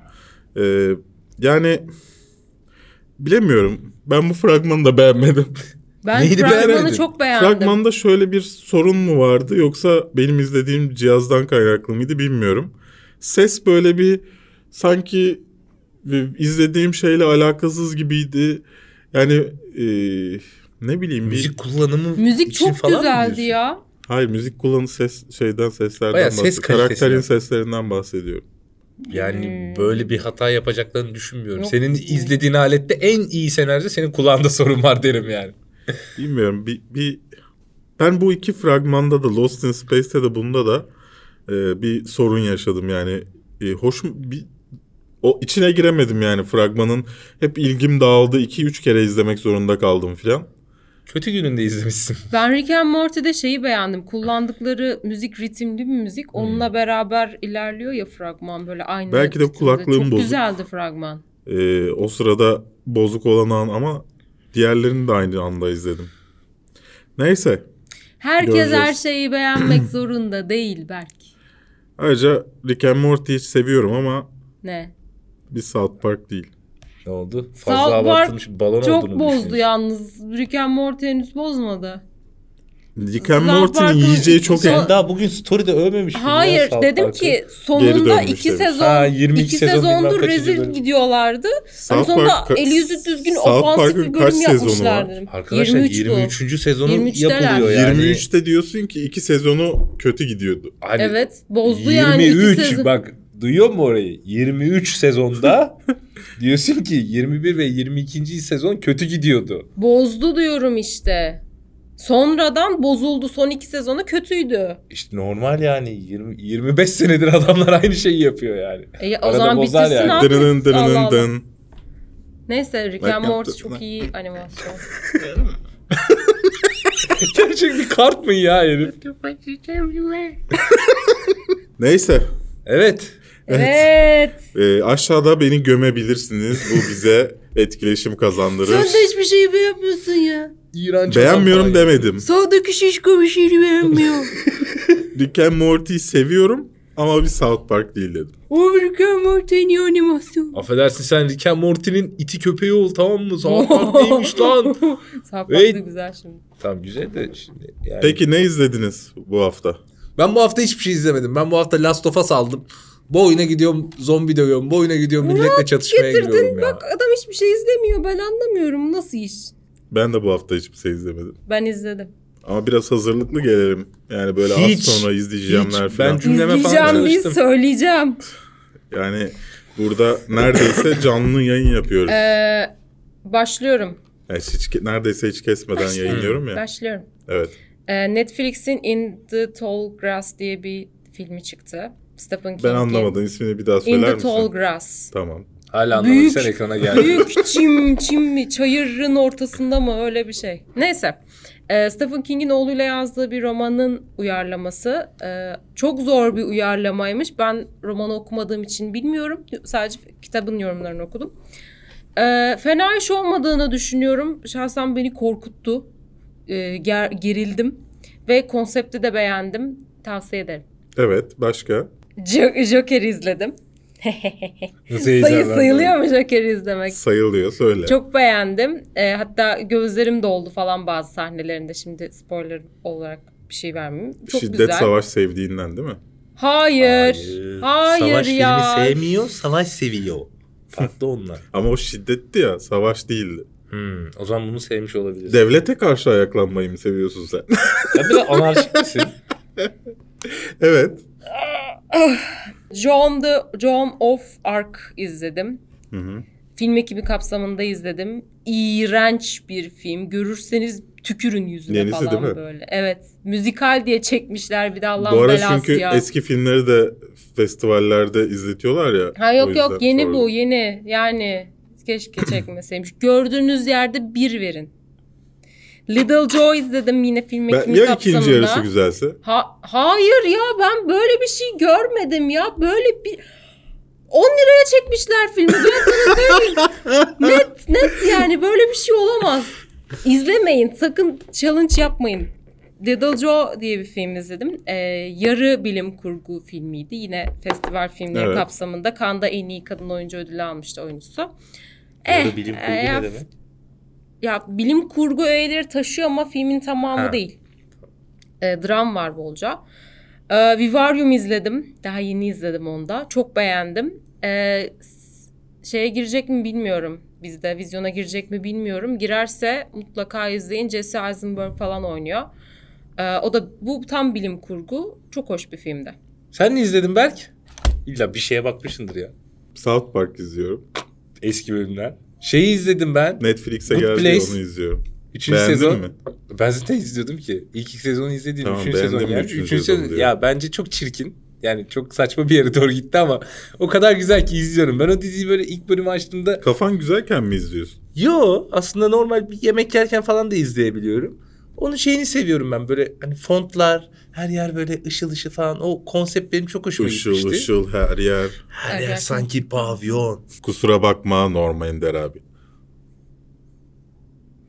S3: Ee, yani bilemiyorum. Ben bu fragmanı da beğenmedim.
S4: Ben
S5: Neydi, beğenmedin?
S4: fragmanı çok beğendim.
S3: Fragmanda şöyle bir sorun mu vardı yoksa benim izlediğim cihazdan kaynaklı mıydı bilmiyorum. Ses böyle bir sanki e, izlediğim şeyle alakasız gibiydi. Yani e, ne bileyim bir
S5: Müzik kullanımı
S4: Müzik
S5: için
S4: çok
S5: falan mı
S4: güzeldi
S5: diyorsun?
S4: ya.
S3: hayır müzik kullanı ses şeyden seslerden
S5: Bayağı ses
S3: bahsediyorum.
S5: kalitesi
S3: Karakterin
S5: yani.
S3: seslerinden bahsediyorum.
S5: Yani böyle bir hata yapacaklarını düşünmüyorum.
S4: Hmm. Yok.
S5: Senin izlediğin alette en iyi senaryo senin kulağında sorun var derim yani.
S3: Bilmiyorum bir, bir ben bu iki fragmanda da Lost in Space'te de bunda da e, bir sorun yaşadım yani e, hoşum bir o içine giremedim yani fragmanın hep ilgim dağıldı 2-3 kere izlemek zorunda kaldım filan.
S5: Kötü gününde izlemişsin.
S4: Ben Rick and Morty'de şeyi beğendim. Kullandıkları müzik ritimli bir müzik. Onunla beraber ilerliyor ya fragman böyle aynı.
S3: Hmm. Belki de
S4: ritimde.
S3: kulaklığım
S4: Çok
S3: bozuk.
S4: güzeldi fragman.
S3: E, o sırada bozuk olan an ama diğerlerini de aynı anda izledim. Neyse
S4: Herkes
S3: Göreceğiz.
S4: her şeyi beğenmek zorunda değil belki.
S3: ayrıca Rick and Morty'yi seviyorum ama
S4: Ne?
S3: bir South Park değil.
S5: Ne oldu?
S4: South
S5: Fazla
S4: Park
S5: abartılmış balon
S4: Çok
S5: olduğunu
S4: bozdu
S5: düşünüyorsun.
S4: yalnız. Rick and Morty henüz bozmadı.
S3: Rick and
S4: South
S3: Morty'nin
S4: Park'ın
S3: yiyeceği çok
S4: son-
S5: Sen daha bugün story'de övmemiştin. ya
S4: Hayır
S5: South
S4: dedim
S5: Park'ı.
S4: ki
S3: Geri
S4: sonunda
S3: dönmüş
S4: iki
S3: demiş.
S4: sezon
S5: Ha, 22
S4: iki
S5: sezon bilmem
S4: sezondur
S5: kaçıncı
S4: rezil
S5: bölüm.
S4: gidiyorlardı. Hani
S3: South
S4: sonunda
S3: Park-
S4: eli yüzü düzgün
S3: South
S4: ofansif
S3: Park'ın
S4: bir
S3: kaç
S4: bölüm
S3: sezonu
S4: yapmışlar
S3: var?
S4: dedim.
S5: Arkadaşlar
S4: 23 bu.
S5: 23. sezonu
S4: 23'teler.
S5: yapılıyor yani.
S3: 23'te diyorsun ki iki sezonu kötü gidiyordu.
S5: Hani
S4: Evet bozdu
S5: 23,
S4: yani. iki sezon.
S5: bak duyuyor musun orayı? 23 sezonda diyorsun ki 21 ve 22. sezon kötü gidiyordu.
S4: Bozdu diyorum işte. Sonradan bozuldu. Son iki sezonu kötüydü.
S5: İşte normal yani 20, 25 senedir adamlar aynı şeyi yapıyor yani.
S4: E, o
S5: Arada
S4: zaman
S5: bozar
S4: bitirsin
S5: yani.
S4: abi.
S3: Dırının
S4: Allah
S3: dırının
S4: Allah.
S3: dın.
S4: Neyse Rick
S3: Bak
S4: and
S3: yaptı-
S4: Morty
S3: bak.
S4: çok iyi animasyon.
S5: Gerçek bir kart mı ya herif?
S3: Neyse.
S5: Evet.
S4: evet.
S3: e, aşağıda beni gömebilirsiniz. Bu bize etkileşim kazandırır.
S4: Sen de hiçbir şeyi beğenmiyorsun ya.
S5: İğrenç
S3: Beğenmiyorum
S5: adam falan.
S3: demedim.
S4: Sağdaki şişko bir şey şeyi beğenmiyor.
S3: Rick and Morty'yi seviyorum ama bir South Park değil dedim.
S4: o Rick and Morty en iyi animasyon.
S5: Affedersin sen Rick and Morty'nin iti köpeği ol tamam mı? South Park neymiş lan?
S4: Sapmak
S5: Hey.
S4: da güzel şimdi.
S5: Tamam güzel de şimdi yani.
S3: Peki ne izlediniz bu hafta?
S5: Ben bu hafta hiçbir şey izlemedim. Ben bu hafta Last of Us aldım. Bu oyuna gidiyorum zombi dövüyorum. Bu oyuna gidiyorum milletle çatışmaya
S4: Getirdin
S5: giriyorum ya.
S4: bak adam hiçbir şey izlemiyor ben anlamıyorum nasıl iş.
S3: Ben de bu hafta hiçbir şey izlemedim.
S4: Ben izledim.
S3: Ama biraz hazırlıklı gelelim. Yani böyle
S5: Hiç,
S3: az sonra izleyeceğimler
S5: hiç.
S3: falan.
S5: Ben Cümleme falan
S4: İzleyeceğim değil
S5: çalıştım.
S4: söyleyeceğim.
S3: Yani burada neredeyse canlı yayın yapıyoruz.
S4: Ee, başlıyorum.
S3: Yani hiç, neredeyse hiç kesmeden yayınlıyorum ya.
S4: Başlıyorum.
S3: Evet.
S4: Ee, Netflix'in In the Tall Grass diye bir filmi çıktı. Stephen King'in.
S3: Ben anlamadım ismini bir daha
S4: In
S3: söyler
S4: the
S3: misin?
S4: Tall Grass.
S3: Tamam.
S5: Hala
S4: Büyük-
S5: anlamadıysan ekrana geldi.
S4: Büyük çim çim mi çayırın ortasında mı öyle bir şey. Neyse. Ee, Stephen King'in oğluyla yazdığı bir romanın uyarlaması. Ee, çok zor bir uyarlamaymış. Ben romanı okumadığım için bilmiyorum. Sadece kitabın yorumlarını okudum. Ee, fena iş olmadığını düşünüyorum. Şahsen beni korkuttu. Ee, ger- gerildim. Ve konsepti de beğendim. Tavsiye ederim.
S3: Evet başka?
S4: Jo- Joker izledim.
S5: Nasıl
S4: Sayı
S5: heyecanlandın?
S4: sayılıyor mu Joker izlemek?
S3: Sayılıyor söyle.
S4: Çok beğendim. Ee, hatta gözlerim doldu falan bazı sahnelerinde. Şimdi spoiler olarak bir şey vermeyeyim. Çok
S3: Şiddet
S4: güzel.
S3: savaş sevdiğinden değil mi?
S4: Hayır. Hayır, ya.
S5: filmi sevmiyor, savaş seviyor. Farklı onlar.
S3: Ama o şiddetti ya savaş değildi.
S5: Hmm, o zaman bunu sevmiş olabilirsin.
S3: Devlete karşı ayaklanmayı mı seviyorsun sen?
S5: Ya bir de anarşik misin?
S3: evet.
S4: John the John of Arc izledim.
S3: Hı hı.
S4: Film ekibi kapsamında izledim. İğrenç bir film. Görürseniz tükürün yüzüne
S3: Yenisi
S4: falan
S3: değil mi?
S4: böyle. Evet. Müzikal diye çekmişler bir de
S3: Bu
S4: Allah'ın
S3: ara
S4: belası
S3: çünkü
S4: ya.
S3: eski filmleri de festivallerde izletiyorlar ya.
S4: Ha
S3: o
S4: yok
S3: yüzden
S4: yok yeni
S3: sordum.
S4: bu yeni yani keşke çekmeseymiş. Gördüğünüz yerde bir verin. Little Joy izledim yine film
S3: Ben,
S4: ekimi
S3: ya
S4: kapsamında.
S3: ikinci yarısı güzelse?
S4: Ha- hayır ya ben böyle bir şey görmedim ya böyle bir 10 liraya çekmişler filmi. Diyorsanız böyle bir- net net yani böyle bir şey olamaz. İzlemeyin sakın challenge yapmayın. Little Joe diye bir film izledim. Ee, yarı bilim kurgu filmiydi. Yine festival filmleri
S3: Evet.
S4: kapsamında. Cannes'da en iyi kadın oyuncu ödülü almıştı oyuncusu.
S5: Ya
S4: Eh,
S5: da bilim kurgu
S4: eh, ya,
S5: ne demek?
S4: ya bilim kurgu öğeleri taşıyor ama filmin tamamı
S5: Ha.
S4: değil. Ee, dram var bolca. Ee, Vivarium izledim. Daha yeni izledim onda. Çok beğendim. Ee, s- şeye girecek mi bilmiyorum. Bizde vizyona girecek mi bilmiyorum. Girerse mutlaka izleyin. Jesse Eisenberg falan oynuyor. Ee, o da bu tam bilim kurgu. Çok hoş bir filmdi.
S5: Sen ne izledin Berk? İlla bir şeye bakmışsındır ya.
S3: South Park izliyorum.
S5: Eski bölümler. Şeyi izledim ben.
S3: Netflix'e
S5: Good
S3: geldi
S5: Place.
S3: onu izliyorum.
S5: Üçüncü
S3: Beğendin
S5: sezon.
S3: mi?
S5: Ben zaten izliyordum ki. İlk iki sezonu izlediğim
S3: Tamam,
S5: üçüncü sezon
S3: beğendin mi
S5: geldi.
S3: üçüncü
S5: Üçüncü,
S3: sezonu
S5: sezon.
S3: diyor.
S5: Ya bence çok çirkin. Yani çok saçma bir yere doğru gitti ama o kadar güzel ki izliyorum. Ben o diziyi böyle ilk bölümü açtığımda
S3: Kafan güzelken mi izliyorsun?
S5: Yo aslında normal bir yemek yerken falan da izleyebiliyorum. Onun şeyini seviyorum ben böyle hani fontlar her yer böyle ışıl ışıl falan o konsept benim çok hoşuma
S3: Işıl
S5: gitmişti.
S3: ışıl her yer.
S5: Her yer
S4: Gerçekten.
S5: sanki pavyon.
S3: Kusura bakma Norma Ender abi.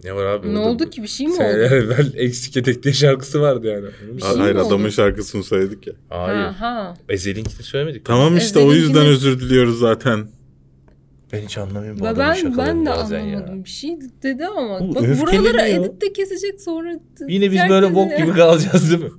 S5: Ne var abi?
S4: Ne
S5: orada?
S4: oldu ki bir şey mi
S5: Seneler
S4: oldu?
S5: evvel eksik etek diye şarkısı vardı yani.
S4: Bir
S3: Ha-
S4: şey mi
S3: Hayır
S4: oldu?
S3: adamın şarkısını söyledik ya.
S5: Hayır.
S4: Aha.
S5: Ezelinkini söylemedik.
S3: Tamam işte o
S4: Özledin
S3: yüzden
S4: kimi?
S3: özür diliyoruz zaten.
S5: Ben hiç anlamıyorum bu
S4: Ben,
S5: adamın
S4: ben,
S5: şakalarını
S4: de
S5: bazen ya.
S4: anlamadım. Bir şey dedi ama.
S5: Bu
S4: Bak
S5: öfkeleniyor.
S4: buraları edit de kesecek sonra.
S5: Yine biz
S4: Herkes
S5: böyle bok
S4: ya.
S5: gibi kalacağız değil mi?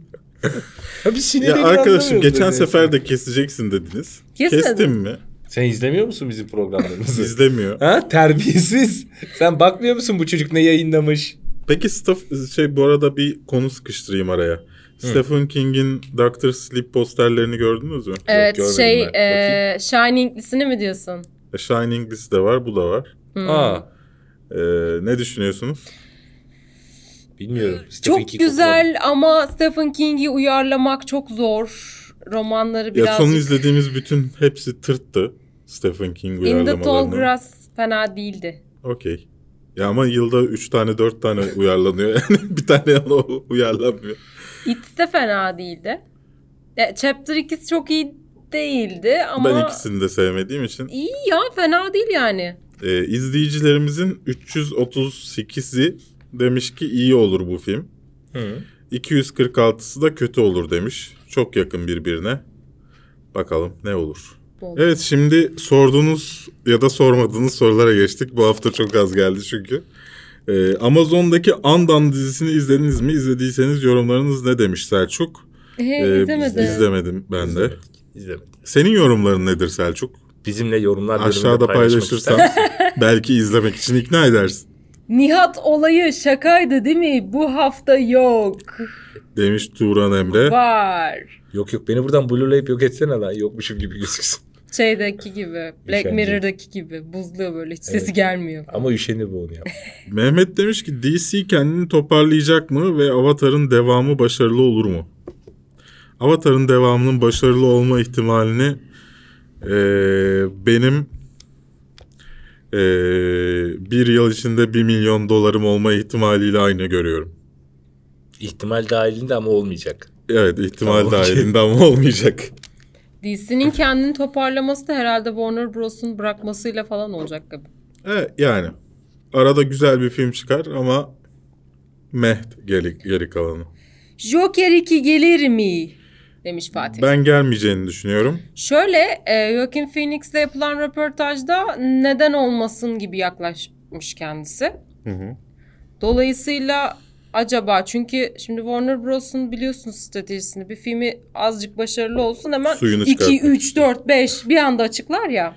S5: ya biz
S3: Ya
S5: sinirleri
S3: arkadaşım
S5: anlamıyoruz
S3: geçen
S5: yani.
S3: sefer de keseceksin dediniz.
S4: Kesmedim.
S3: Kestim mi?
S5: Sen izlemiyor musun bizim programlarımızı?
S3: İzlemiyor.
S5: Ha terbiyesiz. Sen bakmıyor musun bu çocuk ne yayınlamış?
S3: Peki Steph, şey bu arada bir konu sıkıştırayım araya. Stephen King'in Doctor Sleep posterlerini gördünüz mü?
S4: Evet
S5: görmedim
S4: şey
S5: ben. Bakayım.
S4: e, Shining'lisini mi diyorsun?
S3: A Shining'lisi E, de var, bu da var.
S4: Hmm.
S5: Aa
S3: Ee, ne düşünüyorsunuz?
S5: bilmiyorum. Stephen
S4: Çok
S5: King okumadım.
S4: güzel ama Stephen King'i uyarlamak çok zor. Romanları
S3: Ya
S4: birazcık.
S3: son izlediğimiz bütün hepsi tırttı. Stephen King
S4: In the Tall
S3: uyarlamalarını.
S4: Grass fena değildi.
S3: Okey. Ya ama yılda 3 tane 4 tane uyarlanıyor. Yani bir tane o uyarlanmıyor.
S4: It de fena değildi. E, Chapter 2 çok iyi değildi ama
S3: Ben ikisini de sevmediğim için.
S4: iyi ya fena değil yani.
S3: Ee, izleyicilerimizin 338'i demiş ki iyi olur bu film.
S5: Hı.
S3: 246'sı da kötü olur demiş. Çok yakın birbirine. Bakalım ne olur.
S4: Bol.
S3: Evet şimdi sorduğunuz ya da sormadığınız sorulara geçtik. Bu hafta çok az geldi çünkü. Ee, Amazon'daki Andan dizisini izlediniz mi? İzlediyseniz yorumlarınız ne demiş Selçuk?
S4: He,
S3: Ee,
S4: izlemedim.
S3: izlemedim ben de.
S5: İzlemedik, izlemedik.
S3: Senin yorumların nedir Selçuk?
S5: Bizimle yorumlar bölümünde
S3: Aşağıda
S5: paylaşmak
S3: paylaşırsan
S5: ister misin?
S3: belki izlemek için ikna edersin.
S4: Nihat olayı şakaydı değil mi? Bu hafta yok.
S3: Demiş Turan Emre.
S4: Var.
S5: Yok yok beni buradan blurlayıp yok etsene lan. Yokmuşum gibi gözüksün.
S4: Şeydeki gibi.
S3: şey
S4: Black
S5: Üşenci.
S4: Mirror'daki gibi. Buzluyor böyle. Hiç sesi
S5: Evet.
S4: gelmiyor.
S5: Ama üşenir bu onu ya.
S3: Mehmet demiş ki DC kendini toparlayacak mı ve Avatar'ın devamı başarılı olur mu? Avatar'ın devamının başarılı olma ihtimalini eee, benim eee, bir yıl içinde bir milyon dolarım olma ihtimaliyle aynı görüyorum.
S5: İhtimal dahilinde ama olmayacak.
S3: Evet ihtimal
S5: Tamam, okey.
S3: dahilinde ama olmayacak.
S4: DC'nin kendini toparlaması da herhalde Warner Bros'un bırakmasıyla falan olacak gibi.
S3: Evet
S5: E,
S3: yani arada güzel bir film çıkar ama meh geri, geri kalanı.
S4: Joker 2 gelir mi? Demiş Fatih.
S3: Ben gelmeyeceğini düşünüyorum.
S4: Şöyle e, Joaquin Phoenix'le yapılan röportajda neden olmasın gibi yaklaşmış kendisi. Dolayısıyla acaba çünkü şimdi Warner Bros'un biliyorsunuz stratejisini bir filmi azıcık başarılı olsun hemen
S3: Suyunu
S4: 2,
S3: çıkartmak
S4: 3, 4, 5 bir anda açıklar ya.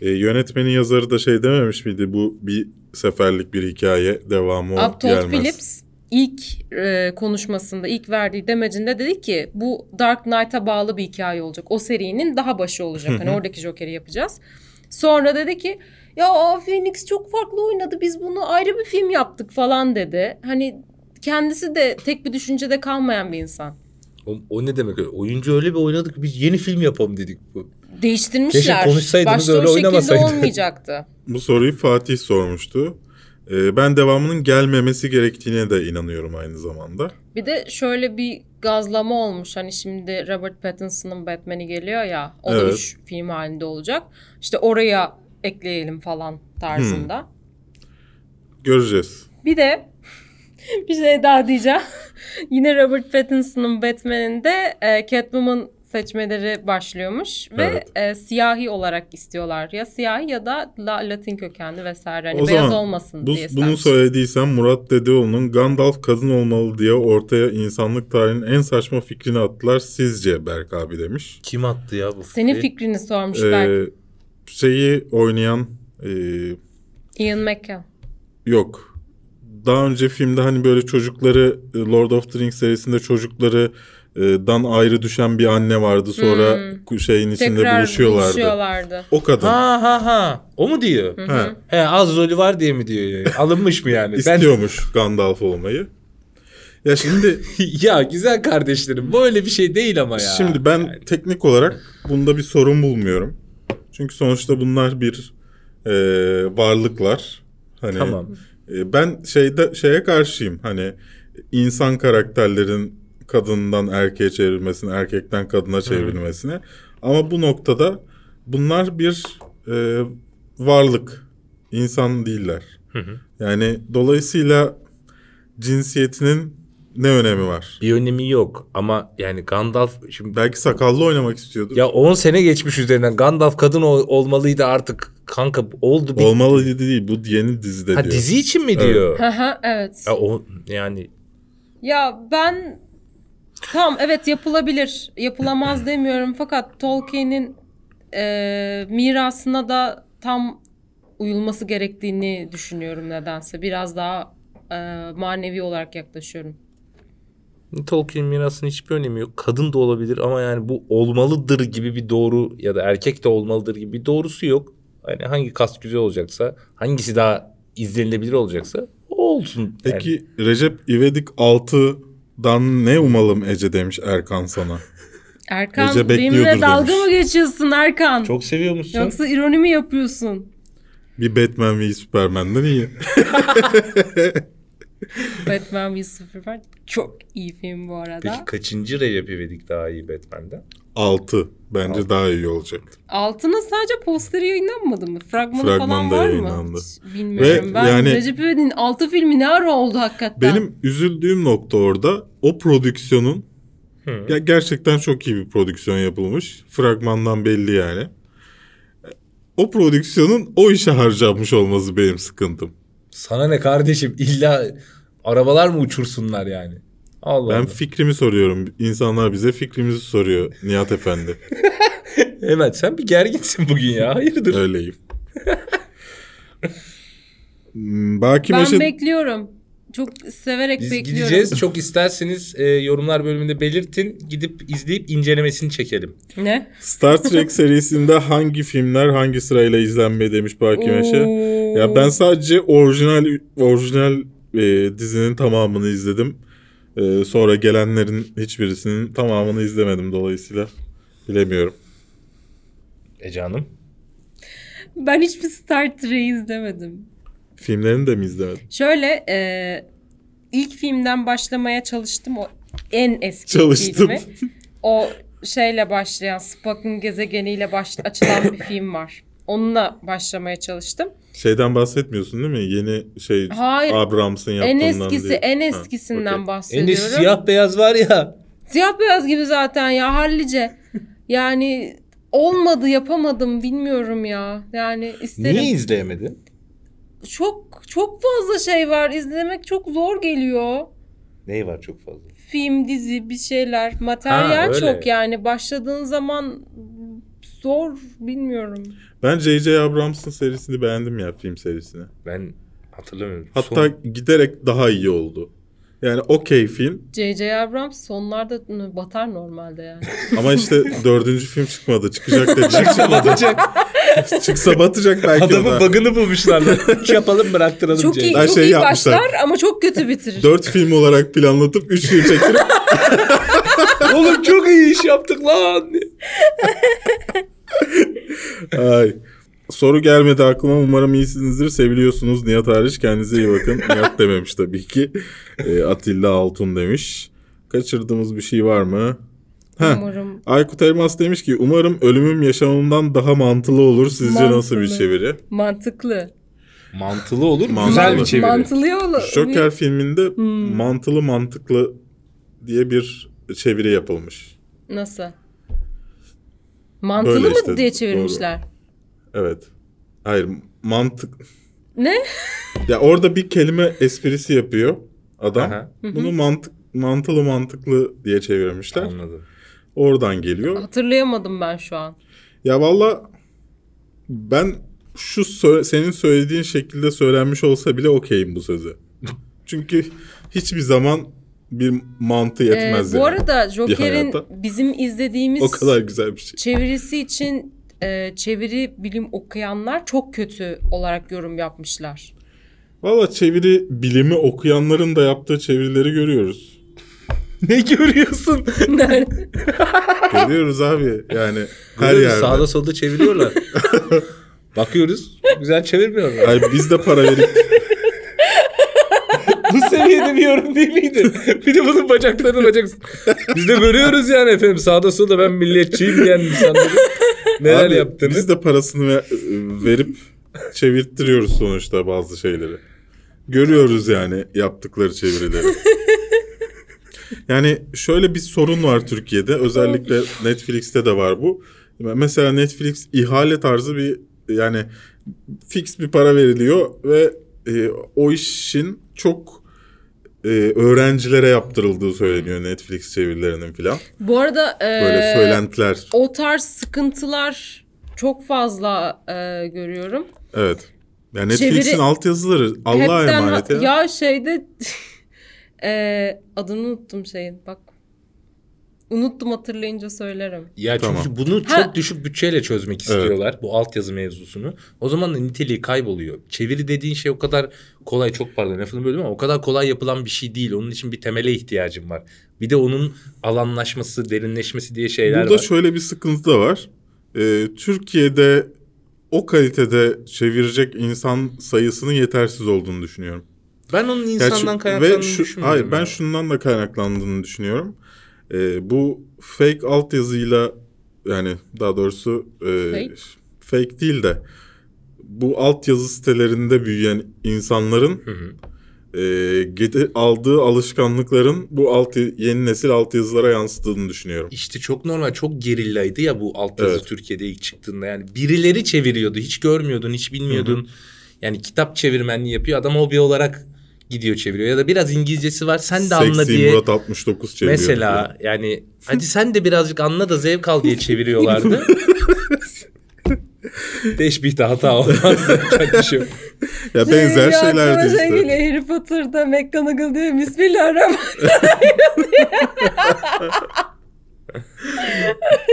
S3: E, yönetmenin yazarı da şey dememiş miydi bu bir seferlik bir hikaye devamı o
S4: Upton
S3: gelmez.
S4: Phillips ilk e, konuşmasında, ilk verdiği demecinde dedi ki bu Dark Knight'a bağlı bir hikaye olacak. O serinin daha başı olacak. hani oradaki Joker'i yapacağız. Sonra dedi ki ya aa, Phoenix çok farklı oynadı. Biz bunu ayrı bir film yaptık falan dedi. Hani kendisi de tek bir düşüncede kalmayan bir insan.
S5: O, o ne demek öyle? Oyuncu öyle bir oynadık ki biz yeni film yapalım dedik. Bu.
S4: Değiştirmişler.
S5: Keşke konuşsaydınız,
S4: Başta
S5: öyle
S4: o şekilde
S5: oynamasaydı.
S4: olmayacaktı.
S3: Bu soruyu Fatih sormuştu. E, ben devamının gelmemesi gerektiğine de inanıyorum aynı zamanda.
S4: Bir de şöyle bir gazlama olmuş. Hani şimdi Robert Pattinson'ın Batman'i geliyor ya. O da
S3: Evet.
S4: üç film halinde olacak. İşte oraya ekleyelim falan tarzında.
S3: Hmm. Göreceğiz.
S4: Bir de bir şey daha diyeceğim. Yine Robert Pattinson'ın Batman'inde e, Catwoman seçmeleri başlıyormuş ve
S3: Evet.
S4: e, siyahi olarak istiyorlar. Ya siyahi ya da La- Latin kökenli vesaire. Hani
S3: o
S4: beyaz
S3: zaman
S4: olmasın
S3: bu,
S4: diye
S3: bunu
S4: istenmiş.
S3: söylediysem Murat Dedeoğlu'nun Gandalf kadın olmalı diye ortaya insanlık tarihinin en saçma fikrini attılar sizce Berk abi demiş.
S5: Kim attı ya bu?
S4: Senin
S5: fikri?
S4: fikrini sormuşlar.
S3: Ee, şeyi oynayan ee,
S4: Ian McKellen.
S3: yok. Daha önce filmde hani böyle çocukları e, Lord of the Rings serisinde çocukları e, dan ayrı düşen bir anne vardı. Sonra ku- şeyin içinde
S4: Tekrar
S3: buluşuyorlardı.
S4: buluşuyorlardı.
S3: O kadın.
S5: Ha ha ha. O mu diyor?
S3: He,
S5: He az rolü var diye mi diyor yani? Alınmış mı yani?
S3: istiyormuş Gandalf olmayı. Ya şimdi
S5: Ben... ya güzel kardeşlerim böyle bir şey değil ama ya.
S3: şimdi ben teknik olarak bunda bir sorun bulmuyorum. Çünkü sonuçta bunlar bir e, varlıklar. Hani
S5: Tamam.
S3: E, Ben şeyde şeye karşıyım. Hani insan karakterlerin kadından erkeğe çevrilmesine, erkekten kadına çevrilmesine. Ama bu noktada bunlar bir e, varlık. İnsan değiller. Yani dolayısıyla cinsiyetinin ne önemi var?
S5: Bir önemi yok ama yani Gandalf şimdi
S3: Belki sakallı oynamak istiyordu.
S5: ya 10 sene geçmiş üzerinden Gandalf kadın ol- olmalıyıydı artık kanka oldu bir
S3: Olmalı dedi değil. Bu yeni dizide
S5: ha,
S3: diyor.
S5: dizi için mi diyor?
S4: Hı hı, evet.
S5: Ya o yani
S4: Ya ben tamam evet yapılabilir, yapılamaz demiyorum fakat Tolkien'in e, mirasına da tam uyulması gerektiğini düşünüyorum nedense. Biraz daha e, manevi olarak yaklaşıyorum.
S5: Tolkien mirasının hiçbir önemi yok. Kadın da olabilir ama yani bu olmalıdır gibi bir doğru ya da erkek de olmalıdır gibi bir doğrusu yok. Yani hangi kas güzel olacaksa, hangisi daha izlenilebilir olacaksa o olsun. yani.
S3: Peki Recep İvedik 6'dan ne umalım Ece demiş Erkan sana.
S4: Erkan
S3: Gece
S4: benimle
S3: bekliyordur
S4: dalga
S3: demiş.
S4: mı geçiyorsun Erkan?
S5: çok seviyor musun?
S4: Yoksa ironi mi yapıyorsun?
S3: Bir Batman ve Superman'den iyi.
S4: Batman v Superman çok iyi film bu arada.
S5: Peki kaçıncı Recep İvedik daha iyi Batman'den?
S3: 6 bence daha iyi olacak.
S4: Altına sadece posteri yayınlanmadı mı? Fragmanı falan
S3: Fragman da
S4: var mı?
S3: yayınlandı.
S4: Hiç Bilmiyorum.
S3: Ve
S4: ben
S3: yani-
S4: Recep İvedik'in 6 filmi ne ara oldu hakikaten?
S3: Benim üzüldüğüm nokta orada o prodüksiyonun ya gerçekten çok iyi bir prodüksiyon yapılmış. Fragmandan belli yani. O prodüksiyonun o işe harcanmış olması benim sıkıntım.
S5: Sana ne kardeşim illa arabalar mı uçursunlar yani? Allah
S3: Ben
S5: Allah.
S3: fikrimi soruyorum. İnsanlar bize fikrimizi soruyor Nihat Efendi.
S5: Evet sen bir gerginsin bugün ya hayırdır?
S3: Öyleyim. Hmm, Baki
S4: Ben
S3: Paşa
S4: bekliyorum. Çok severek
S5: Biz
S4: bekliyorum.
S5: gideceğiz. Çok isterseniz e, yorumlar bölümünde belirtin. Gidip izleyip incelemesini çekelim.
S4: Ne?
S3: Star Trek serisinde hangi filmler hangi sırayla izlenmeye demiş Baki Paşa.
S4: Oo.
S3: Ya ben sadece orijinal orijinal e, dizinin tamamını izledim. E, sonra gelenlerin hiçbirisinin tamamını izlemedim dolayısıyla bilemiyorum.
S5: Ece Hanım.
S4: ben hiçbir Star Trek'i izlemedim.
S3: Filmlerini de mi izlemedin?
S4: Şöyle e, ilk filmden başlamaya çalıştım o en eski
S3: Çalıştım.
S4: filmi. O şeyle başlayan Spock'un gezegeniyle baş, açılan bir film var. Onunla başlamaya çalıştım.
S3: Şeyden bahsetmiyorsun değil mi? Yeni şey
S4: Hayır.
S3: Abrams'ın yaptığından
S4: en eskisi
S3: değil.
S4: en
S3: Ha,
S4: eskisinden
S3: okey.
S5: En
S4: bahsediyorum.
S5: de siyah beyaz var ya.
S4: Siyah beyaz gibi zaten ya hallice. Yani olmadı yapamadım bilmiyorum ya. Yani isterim.
S5: Niye izleyemedin?
S4: Çok çok fazla şey var. izlemek çok zor geliyor.
S5: Neyi var çok fazla?
S4: Film, dizi, bir şeyler, materyal
S5: Ha, öyle.
S4: çok yani. Başladığın zaman zor bilmiyorum.
S3: Ben J.J. Abrams'ın serisini beğendim ya film serisini.
S5: Ben hatırlamıyorum.
S3: Hatta
S5: Son-
S3: giderek daha iyi oldu. Yani okey film
S4: J.J. Abrams sonlarda batar normalde yani.
S3: ama işte dördüncü film çıkmadı. Çıkacak dediler.
S5: Batacak.
S3: Çıksa batacak belki o
S5: Adamın
S3: da.
S5: bug'ını bulmuşlar. Üç yapalım bıraktıralım.
S4: çok
S5: James.
S4: iyi,
S3: Ben
S4: çok
S3: şey
S4: iyi
S3: yapmışlar.
S4: başlar ama çok kötü bitirir.
S3: Dört film olarak planlatıp üç film çektirip
S5: Oğlum çok iyi iş yaptık lan.
S3: Ay. Soru gelmedi aklıma. Umarım iyisinizdir. Seviliyorsunuz. Nihat hariç. Kendinize iyi bakın. Nihat dememiş tabii ki. Ee, Atilla Altun demiş. Kaçırdığımız bir şey var mı? Heh.
S4: Umarım
S3: Aykut Elmas demiş ki umarım ölümüm yaşamımdan daha mantılı olur. Sizce nasıl bir
S4: Mantılı.
S3: çeviri?
S4: mantıklı.
S5: Mantılı olur. mu?
S3: Mantılı.
S5: Güzel bir çeviri.
S4: Mantılı yolu.
S3: Joker filminde mantılı mantıklı diye bir çeviri yapılmış.
S4: Nasıl? Mantılı
S3: Böyle
S4: mı
S3: işte,
S4: diye çevirmişler?
S3: Evet. Hayır mantık.
S4: Ne?
S3: Ya orada bir kelime esprisi yapıyor adam.
S5: Aha.
S3: Bunu mantık mantılı mantıklı diye çevirmişler.
S5: Anladım.
S3: Oradan geliyor.
S4: Hatırlayamadım ben şu an.
S3: Ya valla ben şu sö- senin söylediğin şekilde söylenmiş olsa bile okeyim bu sözü. Çünkü hiçbir zaman bir mantığı
S4: Ee,
S3: yetmez
S4: bu
S3: yani.
S4: arada Joker'in
S3: hayata.
S4: bizim izlediğimiz
S3: O kadar güzel bir şey.
S4: çevirisi için e, çeviri bilim okuyanlar çok kötü olarak yorum yapmışlar.
S3: Valla çeviri bilimi okuyanların da yaptığı çevirileri görüyoruz.
S5: Ne görüyorsun?
S4: Nerede?
S3: Görüyoruz abi yani her
S5: Görüyoruz,
S3: yerde.
S5: Sağda solda çeviriyorlar. Bakıyoruz. Güzel çevirmiyorlar.
S3: Ay biz de para verip
S5: Bu seviyede bir yorum değil miydi? Bir de bunun bacaklarını bacak... Biz de görüyoruz yani efendim. Sağda solda ben milliyetçiyim diyen insanların neler
S3: Abi,
S5: yaptığını.
S3: Biz de parasını ve- verip çevirttiriyoruz sonuçta bazı şeyleri. Görüyoruz yani yaptıkları çevirileri. yani şöyle bir sorun var Türkiye'de. Özellikle Netflix'te de var bu. Mesela Netflix ihale tarzı bir yani fix bir para veriliyor ve e, o işin çok e, öğrencilere yaptırıldığı söyleniyor Netflix çevirilerinin filan.
S4: Bu arada e,
S3: Böyle söylentiler.
S4: o tarz sıkıntılar çok fazla e, görüyorum.
S3: Evet. Yani Netflix'in
S4: Çeviri-
S3: altyazıları Allah'a
S4: Hepten-
S3: emanet ya.
S4: Ya şeyde e, adını unuttum şeyin bak. Unuttum hatırlayınca söylerim.
S5: Ya çünkü
S3: Tamam.
S5: bunu çok
S4: Ha.
S5: düşük bütçeyle çözmek istiyorlar bu altyazı mevzusunu. O zaman da niteliği kayboluyor. Çeviri dediğin şey o kadar kolay çok pardon lafını böldüm ama o kadar kolay yapılan bir şey değil. Onun için bir temele ihtiyacım var. Bir de onun alanlaşması, derinleşmesi diye şeyler
S3: Burada
S5: var.
S3: şöyle bir sıkıntı da var. Ee, Türkiye'de o kalitede çevirecek insan sayısının yetersiz olduğunu düşünüyorum.
S5: Ben onun
S3: Ya
S5: insandan
S3: şu-
S5: kaynaklandığını
S3: ve şu-
S5: düşünmüyorum.
S3: Hayır ben
S5: ya.
S3: şundan da kaynaklandığını düşünüyorum. Ee, bu fake altyazıyla yani daha doğrusu e,
S4: Fake?
S3: fake değil de bu altyazı sitelerinde büyüyen insanların
S5: hı.
S3: e, gete- aldığı alışkanlıkların bu alt yeni nesil altyazılara yansıttığını düşünüyorum.
S5: İşte çok normal, çok gerillaydı ya bu altyazı
S3: Evet.
S5: Türkiye'de ilk çıktığında. Yani birileri çeviriyordu, hiç görmüyordun, hiç bilmiyordun. Yani kitap çevirmenliği yapıyor, adam hobi olarak gidiyor çeviriyor. Ya da biraz İngilizcesi var, sen de anla
S3: Seksi
S5: diye.
S3: Murat 69 çeviriyor.
S5: Mesela yani hadi sen de birazcık anla da zevk al diye çeviriyorlardı. Teşbihte hata olmaz. yapacak bir şey yok.
S3: Ya benzer şeylerdi işte.
S4: Şey, Geliyor, Harry Potter'da McGonagall diyor. Bismillahirrahmanirrahim.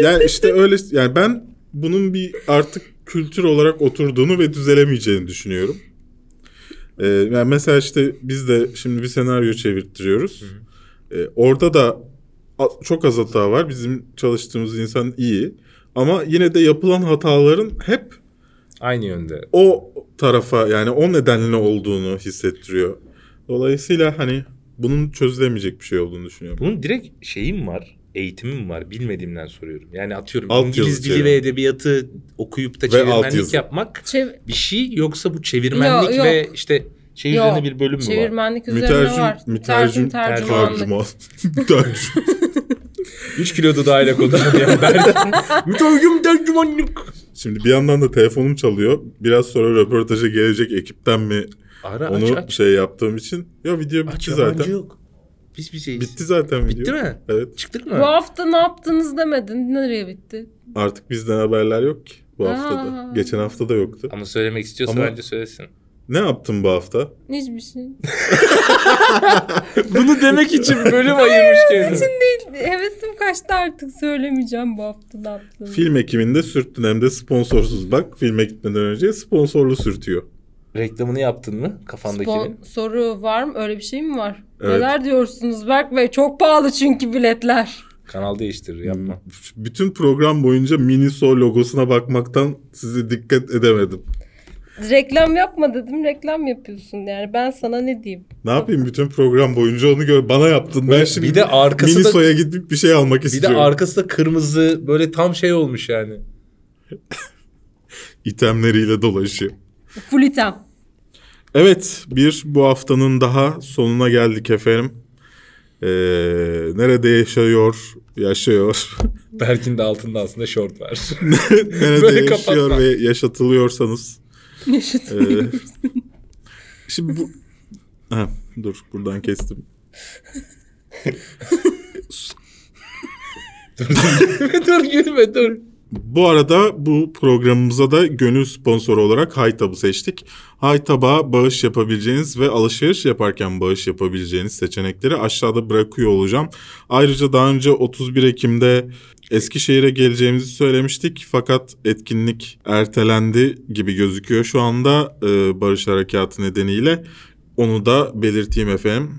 S3: Yani işte öyle yani ben bunun bir artık kültür olarak oturduğunu ve düzelemeyeceğini düşünüyorum. Ee, yani mesela işte biz de şimdi bir senaryo çevirtiyoruz. Ee, orada da a- çok az hata var. Bizim çalıştığımız insan iyi. Ama yine de yapılan hataların hep
S5: Aynı yönde.
S3: o tarafa yani o nedenle olduğunu hissettiriyor. Dolayısıyla hani bunun çözülemeyecek bir şey olduğunu düşünüyorum.
S5: Bunun direkt şeyim var. Eğitimim var. Bilmediğimden soruyorum. Yani atıyorum
S3: Alt yazı
S5: İngiliz dili
S3: çeviri.
S5: ve edebiyatı okuyup da
S3: Ve alt
S5: çevirmenlik
S3: yazı.
S5: yapmak
S4: Çev-
S5: bir şey yoksa bu çevirmenlik
S4: Yok,
S5: ve
S4: yok.
S5: işte şey
S4: Yok,
S5: üzerine bir bölüm mü var?
S4: Çevirmenlik üzerine
S3: Mütercim,
S4: var.
S3: mütercim,
S4: tercümanlık.
S3: tercüman. Tercüman.
S5: 3 kilo dudağıyla konuşamayan ben. Mütercim tercümanlık.
S3: Şimdi bir yandan da telefonum çalıyor. Biraz sonra röportaja gelecek ekipten mi
S5: Ara
S3: onu
S5: aç aç.
S3: şey yaptığım için. Ya video bitti
S5: Aç
S3: zaten.
S5: yabancı yok. Biz bizeyiz.
S3: Bitti zaten video.
S5: Bitti mi?
S3: Evet.
S5: Çıktık
S4: Bu
S5: mı?
S4: hafta ne yaptınız demedin. Nereye bitti?
S3: Artık bizden haberler yok ki bu
S4: Aa.
S3: haftada. Geçen hafta da yoktu.
S5: Ama söylemek istiyorsa
S3: Ama-
S5: bence söylesin.
S3: Ne yaptın bu hafta?
S4: Hiçbir şey.
S5: Bunu demek için bölüm ayırmış kendini.
S4: Hevesim kaçtı artık söylemeyeceğim bu hafta ne yaptığımı.
S3: Film ekiminde sürttün hem de sponsorsuz bak. Filme gitmeden önce sponsorlu sürtüyor.
S5: Reklamını yaptın mı kafandakini?
S4: Spon- soru var mı? Öyle bir şey mi var?
S3: Evet.
S4: Neler diyorsunuz Berk Bey? Çok pahalı çünkü biletler.
S5: Kanal değiştir yapma.
S3: Bütün program boyunca Miniso logosuna bakmaktan sizi dikkat edemedim.
S4: Reklam yapma dedim. Reklam yapıyorsun yani. Ben sana ne diyeyim?
S3: Ne yapayım bütün program boyunca onu gör bana yaptın. Ben şimdi
S5: bir de arkası da-
S3: Miniso'ya gidip bir şey almak
S5: Bir de
S3: istiyorum.
S5: arkası da kırmızı böyle tam şey olmuş yani.
S3: İtemleriyle dolaşıyor.
S4: Full item.
S3: Evet bir bu haftanın daha sonuna geldik efendim. Ee, nerede yaşıyor, yaşıyor,
S5: Berk'in de altında aslında şort var.
S3: nerede
S5: Böyle
S3: yaşıyor
S5: kapatma.
S3: ve yaşatılıyorsanız.
S4: Yaşat.
S3: ee, şimdi bu... Ha, dur buradan kestim.
S5: dur gülme dur.
S3: Bu arada bu programımıza da gönül sponsoru olarak Haytab'ı seçtik. Haytab'a bağış yapabileceğiniz ve alışveriş yaparken bağış yapabileceğiniz seçenekleri aşağıda bırakıyor olacağım. Ayrıca daha önce 31 Ekim'de Eskişehir'e geleceğimizi söylemiştik fakat etkinlik ertelendi gibi gözüküyor şu anda e, Barış Harekatı nedeniyle. Onu da belirteyim efendim.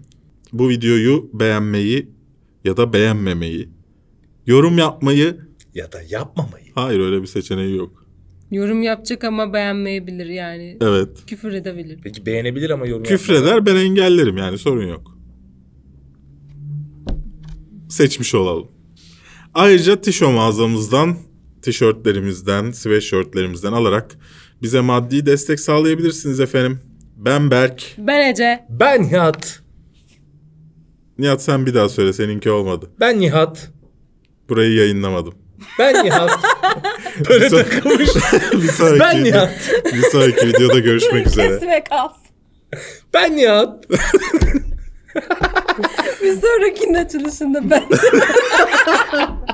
S3: Bu videoyu beğenmeyi ya da beğenmemeyi, yorum yapmayı
S5: Ya da yapmamayı.
S3: Hayır öyle bir seçeneği yok.
S4: Yorum yapacak ama beğenmeyebilir yani.
S3: Evet.
S4: Küfür edebilir.
S5: Peki beğenebilir ama yorum yapmaz.
S3: Küfreder ben engellerim yani sorun yok. Seçmiş olalım. Ayrıca tişo mağazamızdan, tişörtlerimizden, sweatshirtlerimizden alarak bize maddi destek sağlayabilirsiniz efendim. Ben Berk.
S4: Ben Ece.
S5: Ben Nihat.
S3: Nihat sen bir daha söyle seninki olmadı.
S5: Ben Nihat.
S3: Burayı yayınlamadım.
S5: Ben Nihat. böyle
S3: Güzel.
S5: takılmış.
S3: bir sonraki,
S5: ben Nihat.
S3: bir sonraki videoda görüşmek üzere.
S4: Kesme kalsın.
S5: Ben Nihat.
S4: Bir sonrakinin açılışında ben.